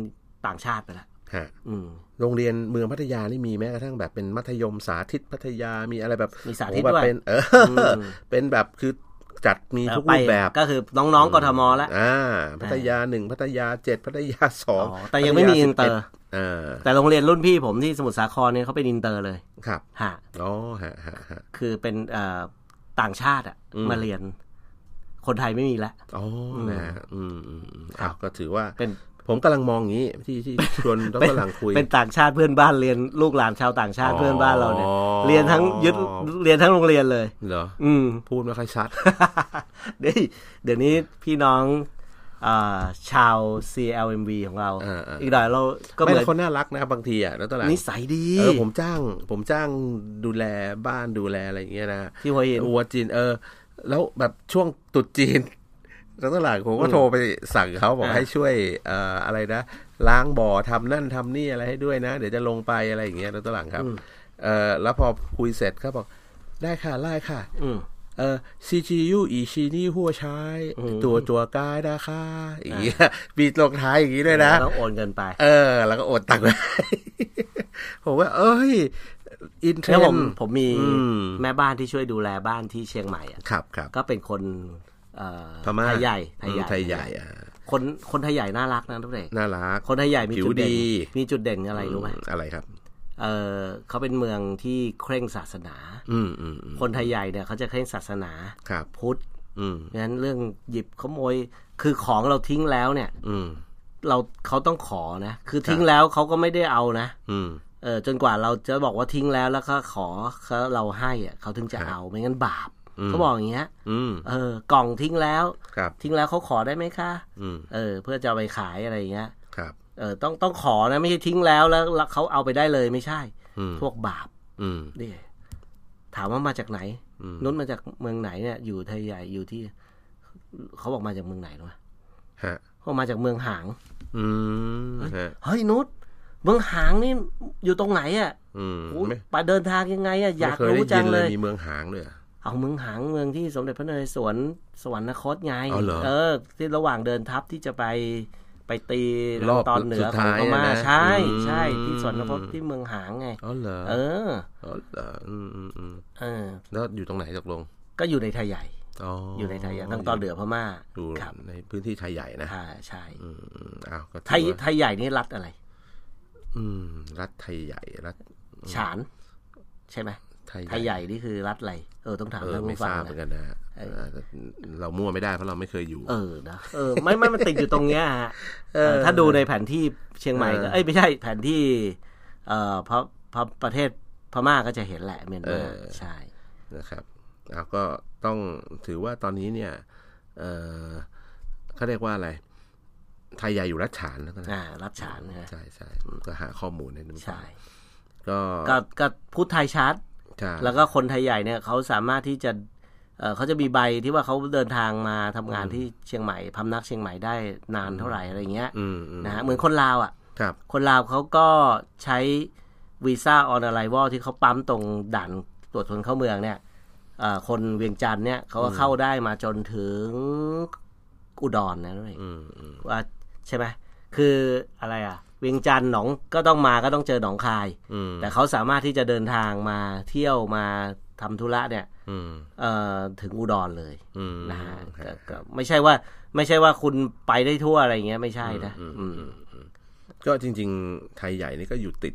B: ต่างชาติไปละ
A: ฮะ
B: อืม
A: โรงเรียนเมืองพัทยานี่มีแม้กระทั่งแบบเป็นมัธยมสาธิตพัทยามีอะไรแบบ
B: มีสาธิต
A: โอ้โหแบบ
B: ด้วย
A: เป็นเออ อ
B: ม
A: เป็นแบบคือจัดมีทุก
B: ไป
A: รูปแบบ
B: ก็คือน้องๆกทมแล้ว
A: อ่าพัทยาหนึ่งพัทยาเจ็ดพัทยาสอง
B: อ๋อแต่ยังไม่มีอินเตอร์
A: อ่า
B: แต่โรงเรียนรุ่นพี่ผมที่สมุทรสาครเนี่ยเขาเป็นอินเตอร์เลย
A: ครับ
B: ฮะ
A: อ๋อฮะฮะฮะ
B: คือเป็นเอ่อต่างชาติอะ
A: อืม
B: มาเรียน คนไทยไม่มีแล้ว
A: อ๋อนะฮะอืมอืมอืมอ้าวก็ถือว่า
B: เป็น
A: ผมกำลังมองอย่างนี้ที่ที่ช วนดรหลังคุย
B: เป็นต่างชาติเพื่อนบ้านเรียนลูกหลานชาวต่างชาติ
A: อ๋อ
B: เพื่อนบ้านเราเนี่ย เรียนทั้งยึดเรียนทั้งโรงเรียนเลย
A: เหรอ
B: อืม
A: พูดไม่ค่อยชัด
B: เดี๋ยวเดี๋ยวนี้พี่น้องเอ่อชาว CLMV ของเรา
A: อ่าๆ
B: กหน่อยเราก็
A: ไม่
B: เหมือน
A: เขาน่ารักนะบางทีอ่ะแล้วตอนหลัง
B: นิสัยดี
A: เออผมจ้าง ผมจ้างดูแลบ้านดูแลอะไรอย่างเงี้ยนะ
B: ที่หัวหิน
A: วัวจีนเออ แล้วแบบช่วงตรุดจีน แล้วตลาดผมก็โทรไปสั่งเขาบอก
B: อ่า
A: ให้ช่วยเอ่ออะไรนะล้างบ่อทำนั่นทำนี่อะไรให้ด้วยนะ เดี๋ยวจะลงไปอะไรอย่างเงี้ยแล้วตลาดครับเออแล้วพอคุยเสร็จเขาบอกได้ค่ะไล่ค่ะ
B: อืม
A: เออซีจียูอีชีนี่หัวใช้ตัวตัวกายนะคะอย่างเงี้ยมีลงท้ายอย่างงี้ด้วยนะ
B: แล้วโอนเงินไป
A: เออ แล้ว ก็โอดตังค์ไป ผมว่า เอ้ย อินเทร
B: แล้วผ
A: น
B: ม
A: ด์
B: ผมมี
A: อืม
B: แม่บ้านที่ช่วยดูแลบ้านที่เชียงใหม่อะ
A: ครับครับ
B: ก็เป็นคนเอ่อ
A: พม่า
B: ไทยใหญ่
A: อืมไทยใหญ่อ่ะ
B: คนคนไทยใหญ่น่ารักนะทุกเด็ก
A: น่ารัก
B: คนไทยใหญ่มี
A: ผิว
B: จุดเด่น
A: ดี
B: มีจุดเด่นอะไรรู้ไหม
A: อะไรครับ
B: เออเขาเป็นเมืองที่เคร่งศาสนา
A: อืมอืมอืม
B: คนไทยใหญ่เนี่ยเขาจะเคร่งศาสนา
A: ครับ
B: พุทธ
A: อืม
B: งั้นเรื่องหยิบขโมยคือของเราทิ้งแล้วเนี่ย
A: อืม
B: เราเขาต้องขอนะ คือ
A: ครับ
B: ทิ้งแล้วเขาก็ไม่ได้เอานะ
A: อืม
B: เออจนกว่าเราจะบอกว่าทิ้งแล้วแล้วก็ขอเขาเราให้อะเขาถึงจะ
A: ครับ
B: เอาไม่งั้นบาป
A: อืม
B: เขาบอกอย่างเงี้ย
A: อืม
B: เออกล่องทิ้งแล้ว
A: ครับ
B: ทิ้งแล้วเขาขอได้ไหมคะ
A: อืม
B: เออ เพื่อจะเอาไปขายอะไรอย่างเงี้ย
A: ครับ
B: เออต้องต้องขอนะไม่ใช่ทิ้งแล้วแล้วแล้วเขาเอาไปได้เลยไม่ใช่
A: อืม
B: พวกบาป
A: อืม
B: ดิถามว่ามาจากไหน
A: อืม
B: นุชมาจากเมืองไหนเนี่ยอยู่ไทยใหญ่อยู่ที่ เขาบอกมาจากเมืองไหนรู้ไหม
A: ฮะ
B: เขามาจากเมืองหาง
A: อืมฮะ
B: เฮ้ยนุชเมืองหางนี่อยู่ตรงไหนอ่ะ
A: อืม
B: โอ้ย
A: ไม่
B: ไปเดินทางยังไงอ่ะอยาก
A: ไม่เคย
B: รู้
A: ได้
B: จั
A: ยิ
B: ง
A: น
B: เล
A: เลย
B: ย
A: มีเมืองหางด้วยเหรอ
B: เอาเมืองหางเมืองที่สมเด็จพระนเรศวรสวรรคตไง
A: อ๋อเหรอ
B: อที่ระหว่างเดินทัพที่จะไปไปตีทาง
A: รอบ
B: ตอนเหนื
A: สุ
B: อ
A: ด
B: ของ
A: ท้าย
B: พม่า
A: อะนะ
B: ใช่
A: อืม
B: ใช่ที่สวรรคตที่เมืองหางไง
A: อ๋อเหรอ
B: เออ
A: อ๋อเหรออืมอืมอืม
B: เออ
A: แล้วอยู่ตรงไหนตกลง
B: ก็อยู่ในไทยใหญ่
A: อ๋อ
B: อ
A: อยู่
B: ในไทยใหญ่ทางตอนเหนือพม่า
A: อยู่
B: ครับ
A: ในพื้นที่ไทยใหญ่นะ
B: อ่าใช่
A: อืมอืมอ้าวก็
B: ไท
A: ถือ
B: ย
A: ว่า
B: ไทยใหญ่นี่รัฐอะไร
A: อืมรัฐไทยใหญ่รัฐ
B: ฉาน ใช่ไหม
A: ไทย
B: ไทยใหญ่นี่คือรัฐอะไรเออต้องถาม
A: เออ
B: ท่าน
A: ไม่ท
B: ผู้ฟัง
A: ราบเหมือน
B: นะ
A: กันนะฮะเออแต่เรามั่วไม่ได้เพราะเราไม่เคยอยู่
B: เออนะเออไม่ไม่มันติดอยู่ตรงเนี้ยฮะเออถ้าดูในแผนที่เชียงใหม่
A: เอ
B: ก็
A: อ
B: เอ้ยไม่ใช่แผนที่ เอ่อพระพระประเทศพม่าก็จะเห็นแหละเมียนมาใช่
A: นะครับเอาก็ต้องถือว่าตอนนี้เนี่ยเออเขาเรียกว่าอะไร ไทยใหญ่อยู่รัฐฉานแล้วกันนะ
B: อ่า รัฐฉานนะ
A: ใช่ใช่ก็หาข้อมูลให้ท่านผู้ฟั
B: ใช่
A: งก็
B: ก็ก็พูดไทยชัด
A: ใช่
B: แล้วก็คนไทยใหญ่เนี่ยเขาสามารถที่จะเอ่อเขาจะมีใบที่ว่าเขาเดินทางมาทำงานที่เชียงใหม่พำนักเชียงใหม่ได้นานเท่าไหร่อะไรเงี้ย
A: อืมอืม
B: นะฮะเหมือนคนลาวอ่ะ
A: ครับ
B: คนลาวเขาก็ใช้วีซ่าออนไลน์วอที่เขาปั๊มตรงด่านตรวจคนเข้าเมืองเนี่ยเอ่อคนเวียงจันทร์เนี่ยเขาก็เข้าได้มาจนถึงอุดรนะนั่นเอง
A: อืมอืม
B: ว่าใช่ไหมคืออะไรอ่ะ เวียงจันทร์หนองก็ต้องมาก็ต้องเจอหนองคาย
A: อืม
B: แต่เขาสามารถที่จะเดินทางมาเที่ยวมาทำธุระเนี่ย
A: อืม
B: เอ่อถึงอุดรเลย
A: อืม
B: นะฮะ
A: ค
B: ก็
A: รับ
B: ก็ไม่ใช่ว่าไม่ใช่ว่าคุณไปได้ทั่วอะไรอย่างเงี้ยไม่ใช่นะ
A: อืม
B: อื
A: อืม
B: ม
A: อืมอืมก็จริง ๆ ไทยใหญ่นี่ก็อยู่ติด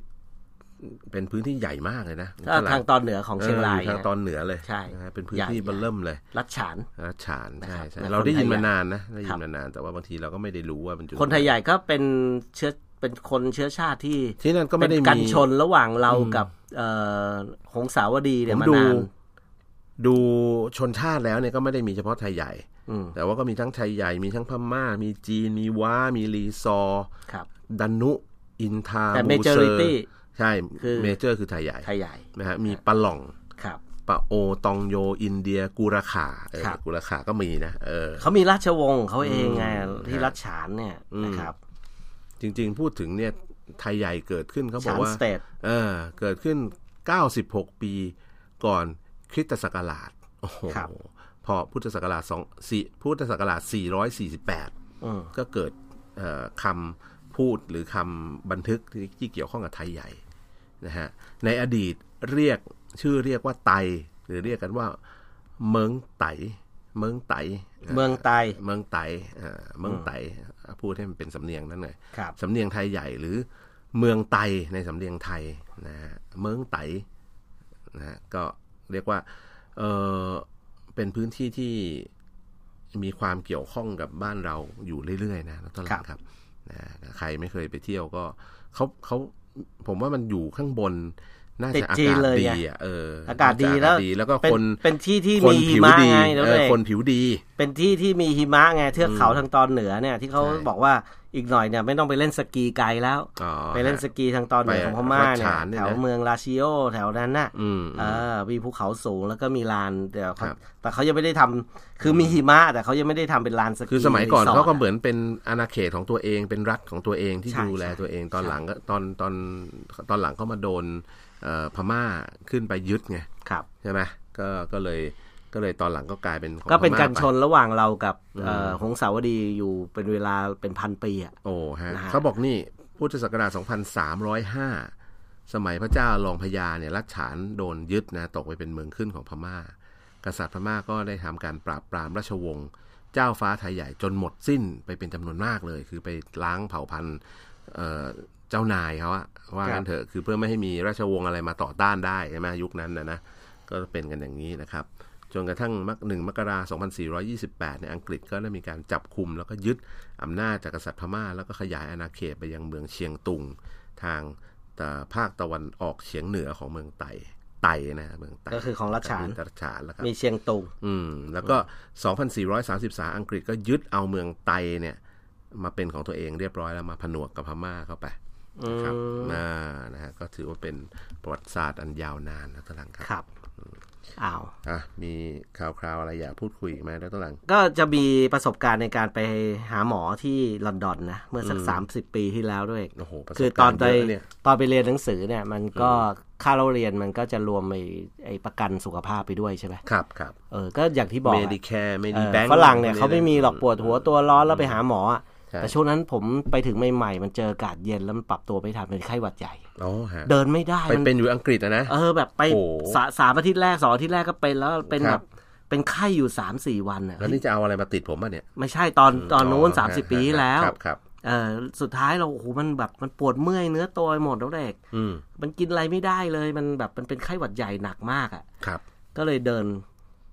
A: เป็นพื้นที่ใหญ่มากเลยนะ
B: ถ้าทางตอนเหนือของเชียงราย
A: อออทาง
B: นะ
A: ตอนเหนือเลย
B: ใช่
A: นะฮะเป็นพื้น
B: ใหญ่
A: ที่เบันเริ่มเลย
B: รัดฉาน
A: รัชฉาน
B: นะครั
A: ใช่
B: บ
A: ใช่
B: นะ
A: เราได้ยิน
B: คนไทย
A: มานานนะได้
B: ครั
A: ยิ
B: บ
A: นมานานแต่ว่าบางทีเราก็ไม่ได้รู้ว่ามันจุด
B: คนไทยใหญ่ก็เป็นเชื้อเป็นคนเชื้อชาติที่
A: ที่นั่นก็
B: เป็
A: ไม่
B: น
A: ได้มี
B: กันชนระหว่างเรา
A: อืม
B: กับเอ่อหงสาวดี
A: ผ
B: เนี่ย
A: ม
B: มา
A: ดู
B: นาน
A: ดูชนชาติแล้วเนี่ยก็ไม่ได้มีเฉพาะไทยใหญ่
B: อืม
A: แต่ว่าก็มีทั้งไทยใหญ่มีทั้งพม่า มีจีนมีว้ามีลีซอร์
B: ครับ
A: ดันุ อินทา
B: แต่
A: บูซอ
B: majority
A: ใช่
B: คือ
A: เมเจอร์คือไทยใหญ่
B: ไทยใหญ่
A: นะฮะมีปะหล่อง
B: ครับ
A: ปะโอตองโยอินเดียกูราขาเออ
B: ครับ
A: กูราขาก็มีนะเออ
B: เขามีราชวงศ์ของเขาเองไง
A: อืม
B: ที่
A: ครับ
B: รัดฉานเนี่ยนะครับ
A: จริงๆพูดถึงเนี่ยไทยใหญ่เกิดขึ้นเขาบอ
B: ฉาก น
A: ว่า
B: สเตท
A: เออเกิดขึ้น 96 ปีก่อนคริสตศักราชโอ้โหพอพุทธศักราช2สี่พุทธศักราช 448
B: อืม
A: ก็เกิดเอ่อคำพูดหรือคำบันทึกที่ที่เกี่ยวข้องกับไทยใหญ่นะฮะในอดีตเรียกชื่อเรียกว่าไต หรือเรียกกันว่าเมืองไตเมืองไต
B: เมืองไต
A: เมืองไตอ่าเมืองไตอ่ะพูดให้มันเป็นสำเนียงนั่นหน่อย
B: ครับ
A: สำเนียงไทยใหญ่หรือเมืองไตในสำเนียงไทยนะฮะเมืองไตนะฮะก็เรียกว่าเออเป็นพื้นที่ที่มีความเกี่ยวข้องกับบ้านเราอยู่เรื่อยๆนะตอนหลังครับนะฮะใครไม่เคยไปเที่ยวก็เขาเขาผมว่ามันอยู่ข้างบนน่า
B: ติด
A: จะอา
B: จีน
A: กาศ
B: เลย
A: ดี
B: ไง
A: อ่ะเออ
B: อากาศดี
A: น่
B: แล้ว
A: จะดีแล้วก็
B: เป็น
A: คน
B: เป็นที่ที่
A: ค
B: มี
A: น
B: หิ
A: ผิว
B: มะ
A: ดี
B: ไงแล้ว
A: เออ
B: เอง
A: คนผิวดี
B: เป็นที่ที่มีหิมะไงเทือกเขาทางตอนเหนือเนี่ยที่เขาบอกว่าอีกหน่อยเนี่ยไม่ต้องไปเล่นสกีไกลแล้ว
A: อ๋อ
B: ไปเล่นสกีทางตอนเหนือของพม่าเนี่
A: ไปรัชฉาย นเนี่ย
B: แถ
A: นะ
B: วเมืองราชิโอแถวนั้นน่ะ
A: อืม
B: เอ
A: อืม
B: อมีภูเขาสูงแล้วก็มีลานเดี๋ยวเขา
A: ครับ
B: แต่เขายังไม่ได้ทำคือมีหิมะแต่เขายังไม่ได้ทำเป็นลานสกี
A: คือสมัยก่อน
B: รีสร์ท
A: เขาก็เหมือนเป็นอาณาเขตของตัวเองเป็นรัฐของตัวเองที่
B: ใช่
A: ดูแล
B: ใช่
A: ตัวเองตอน
B: ใช่
A: หลังก็ตอนตอนตอนหลังเขามาโดนเอ่อพม่าขึ้นไปยึดไง
B: ครับ
A: ใช่ไหมก็ก็เลยก็เลยตอนหลังก็กลายเป็นของ
B: ก็เป็น
A: พม่
B: การ
A: ไ
B: ชนระหว่างเรากับเอ่อหงสาวดีอยู่เป็นเวลาเป็นพันปีอ่ะ
A: โอ้ฮะ
B: นะฮะ
A: เขาบอกนี่พุทธศักราช 2305 สมัยพระเจ้ารองพญาเนี่ยรัชฉานโดนยึดนะตกไปเป็นเมืองขึ้นของพม่า กษัตริย์พม่าก็ได้ทำการปราบปรามราชวงศ์เจ้าฟ้าไทยใหญ่จนหมดสิ้นไปเป็นจำนวนมากเลย คือไปล้างเผ่าพันธุ์เอ่อ เจ้านายเขาอะว่ากันเถอะคือเพื่อไม่ให้มีราชวงศ์อะไรมาต่อต้านได้ใช่ไหมยุคนั้นนะนะก็เป็นกันอย่างนี้นะครับ จนกระทั่งมักหนึ่งมกราคม2428ในยอังกฤษก็ได้มีการจับคุมแล้วก็ยึดอำนาจจากกษัตริย์พม่า แล้วก็ขยายอาณาเขตไปยังเมืองเชียงตุง ทางตะภาคตะวันออกเฉียงเหนือของเมืองไต่ไต่นะฮะเมืองไต่
B: ก็คือของรัชฉาน
A: รัชฉานแล้วครับ
B: มีเชียงตุง
A: อืมแล้วก็ 2,433 อังกฤษก็ยึดเอาเมืองไตเนี่ย มาเป็นของตัวเองเรียบร้อยแล้วมาผนวกกับพม่าเข้าไปนะครับอ่านะฮะก็ถือว่าเป็นประวัติศาสตร์อันยาวนานนะตวหลังค
B: ครับ รับอ้าว
A: อ่ะมีข่าวคราวอะไรอยากพูดคุยอีกไหมแล้วตวหลัง
B: ก็จะมีประสบการณ์ในการไปหาหมอที่ลอนดอนนะ เมื่อสักสามสิบปีที่แล้วด้วย
A: โอ้โหประสบ
B: คือต
A: การ
B: อน
A: ณ์
B: ไป
A: เยอะเนี่ย
B: ตอนไปเรียนหนังสือเนี่ย มันก็ค่าเราเรียนมันก็จะรวมไอ้ไอ้ประกันสุขภาพไปด้วยใช่ไหม
A: ครับครับ
B: เออ ก็อย่างที่บอก
A: เม
B: อะ
A: ดิแคร์เม
B: เอ
A: ดิ
B: อ
A: แบง
B: ฝรั่งเนี่ยเขาไม่มีหรอกปวดหัวตัวร้อนแล้วไปหาหมออะ
A: ใช่
B: แต่ช่วงนั้นผมไปถึงใหม่ ๆ มันเจออากาศเย็นแล้วมันปรับตัวไม่ทันเป็นไข้หวัดใหญ่
A: อ๋อฮะ
B: เดินไม่ได้
A: ไป
B: มัน
A: เป็นอยู่อังกฤษอะนะ
B: เออแบบไป
A: โอ้โห
B: สาสามอาทิตย์แรกสองอาทิตย์แรกก็เป็นแล้วเป็น
A: ค
B: แบ
A: รับ
B: บเป็นไข้อยู่สามสี่วันอ่ะ
A: แล้วนี่จะเอาอะไรมาติดผมอ่ะเนี่ย
B: ไม่ใช่ตอนตอนนู้น
A: ฮะ
B: สามสิบปีที่แล้ว
A: ครับครับ
B: เออสุดท้ายเราโอ้โหมันแบบมันปวดเมื่อยเนื้อตัวไปหมดแล้วเด็ก
A: อืม
B: มันกินอะไรไม่ได้เลยมันแบบมันเป็นไข้หวัดใหญ่หนักมากอ่ะ
A: ครับ
B: ก็เลยเดิน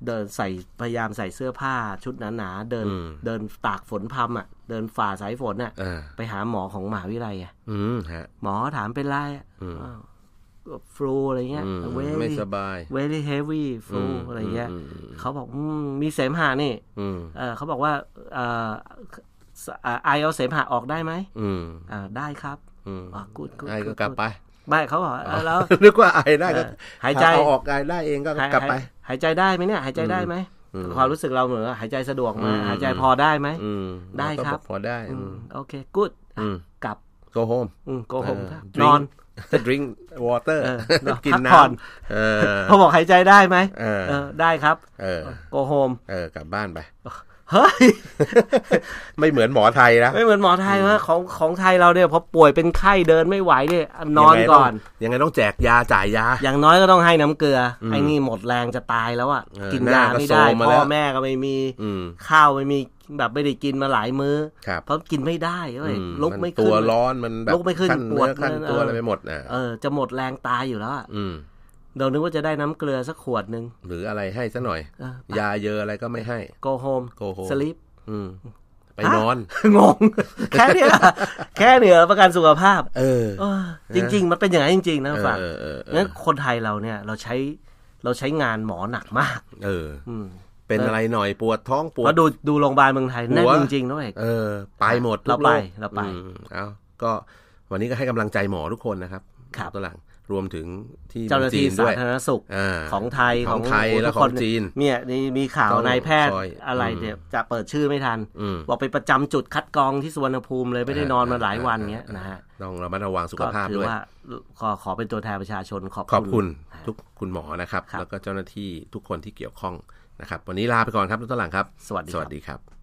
B: เดินใส่พยายามใส่เสื้อผ้าชุดหนาๆเดิน
A: อืม
B: เดินตากฝนพรมอ่ะ เดินฝ่าสายฝนอ่ะ
A: อ่า
B: ไปหาหมอของหมหาวิทยาลัยอ่ะ
A: อืมฮะ
B: หมอถามเป็นไรอะ
A: อืม
B: อ้าวฟลูอะไรเงี้ย
A: อืม
B: เว
A: ไม่
B: ลี่
A: สบาย
B: เวลี่เฮฟวี่ฟลู
A: ม
B: อะไรเงี้ย
A: มอืม
B: เขาบอกอืมมีเสมหะนี่
A: อืม
B: เออเขาบอกว่าเอ่อสอ่าไอเอาเสมหะออกได้ไหม
A: อืม
B: อ่าได้ครับ
A: อืม
B: อ่ากูดกูด
A: ไอก็กลับไป
B: ไม่เขาบอกเออแล้ว
A: นึกว่าไอได้ก็
B: เออหายใจ
A: เอาออกไอได้เองก็
B: หาย
A: กลับไป
B: หายหายใจได้ไหมเนี่ย หายใจได้ไหม
A: อืม
B: ความรู้สึกเราเหมือนว่าหายใจสะดวกไหม
A: อืม
B: หายใจพอได้ไหม
A: อืม
B: ได้
A: เราก็
B: ครับ
A: พอได้อื
B: อื
A: ม
B: มโอเคกูด
A: อืม
B: กลับ
A: go home
B: อืมโกหก
A: เออ drink
B: นอน
A: drink water
B: เออ
A: กิน
B: พักผ่อน
A: น้ำเออ
B: เขาบอกหายใจได้ไหม
A: เออ
B: เออได้ครับ
A: เออ
B: โกโฮม
A: เออกลับบ้านไป
B: เฮ้ย
A: ไม่เหมือนหมอไทยนะ
B: ไม่เหมือนหมอไทยว่าของของไทยเราเนี่ยพอป่วยเป็นไข้เดินไม่ไหวเนี่ยนอนก่อน
A: ยังไงต้องยังไงต้องแจกยาจ่ายยา
B: อย่างน้อยก็ต้องให้น้ำเกลืออไอ้นี่หมดแรงจะตายแล้วอ่ะ
A: เออ
B: กิน
A: หน้าย
B: า
A: ก็
B: ไม่ได้
A: โซมมา
B: พ่
A: แล้
B: อ
A: ว
B: แม่ก็ไม่มี
A: อืม
B: ข้าวไม่มีแบบไม่ได้กินมาหลายมื้อ
A: ครับ
B: เพราะกินไม่ได้เว้ย
A: อืม
B: ลุก
A: น
B: ไม่
A: ตั
B: ขึ้น
A: วร้อนมันแบบ
B: ลุกไม่ขึ้น
A: ขั้น
B: ปวด
A: เนื้อขั้น
B: เนื้อ
A: ตัว
B: เอออ
A: อะไรไปหมดอ่ะ
B: เออจะหมดแรงตายอยู่แล้วอะ
A: อืม
B: เรานึกว่าจะได้น้ำเกลือสักขวดหนึ่ง
A: หรืออะไรให้ซะหน่อย
B: เออย
A: าเยอะอะไรก็ไม่ให้
B: โกโฮม
A: Go home
B: สลิป
A: อืม ไป
B: ฮะ
A: นอน
B: งง แค่เนี้ย แค่เหนือประกันสุขภาพ
A: เออ
B: เออจริง ๆ มันเป็นอย่างนั้นจริง ๆ นะฝาก
A: เออเออเออ
B: งั้นคนไทยเราเนี่ยเราใช้เราใช้งานหมอหนักมาก
A: เออ
B: อืม
A: เป็นอะไรหน่อยปวดท้องปว
B: ก็
A: ด
B: ดูดูโรงพยาบาลเมืองไทยแน่น
A: หัว
B: จริงๆนะเอก
A: เออ ไปหมด
B: เรา
A: ทุกโค
B: ไปเราไป
A: อืมเอาก็วันนี้ก็ให้กำลังใจหมอทุกคนนะครับ
B: ครับ
A: ตัวหลังรวมถึงที่
B: เจ้าหน้าที่
A: มืองจี
B: สาน
A: ด้วย
B: ธารณสุข
A: อ่า
B: ของไทย
A: ของไทย
B: โโห
A: และข
B: ทุก
A: อง
B: คน
A: จีน
B: เนี่ยนี่มีข่าว
A: ต้อง
B: นายแพทย์
A: ซอย
B: อะไร
A: อืม
B: เนี่ยจะเปิดชื่อไม่ทัน
A: อืม
B: บอกไปประจำจุดคัดกรองที่สุวรรณภูมิเลยไม่ได้นอนมาหลายวันเงี้ยนะฮะ
A: ต้องระมัดระวังสุข
B: ก็
A: ภาพ
B: ถื
A: ด้วย
B: ว่าขอขอเป็นตัวแทนประชาชนขอบ
A: ขอบ
B: คุ
A: คุณ ณทุกคุณหมอนะครับ
B: ครับ
A: แล้วก็เจ้าหน้าที่ทุกคนที่เกี่ยวข้องนะครับ วันนี้ลาไปก่อนครับทุกท่านหลังครับ
B: สวัสดีค
A: ส
B: รับ
A: วัสดีครับ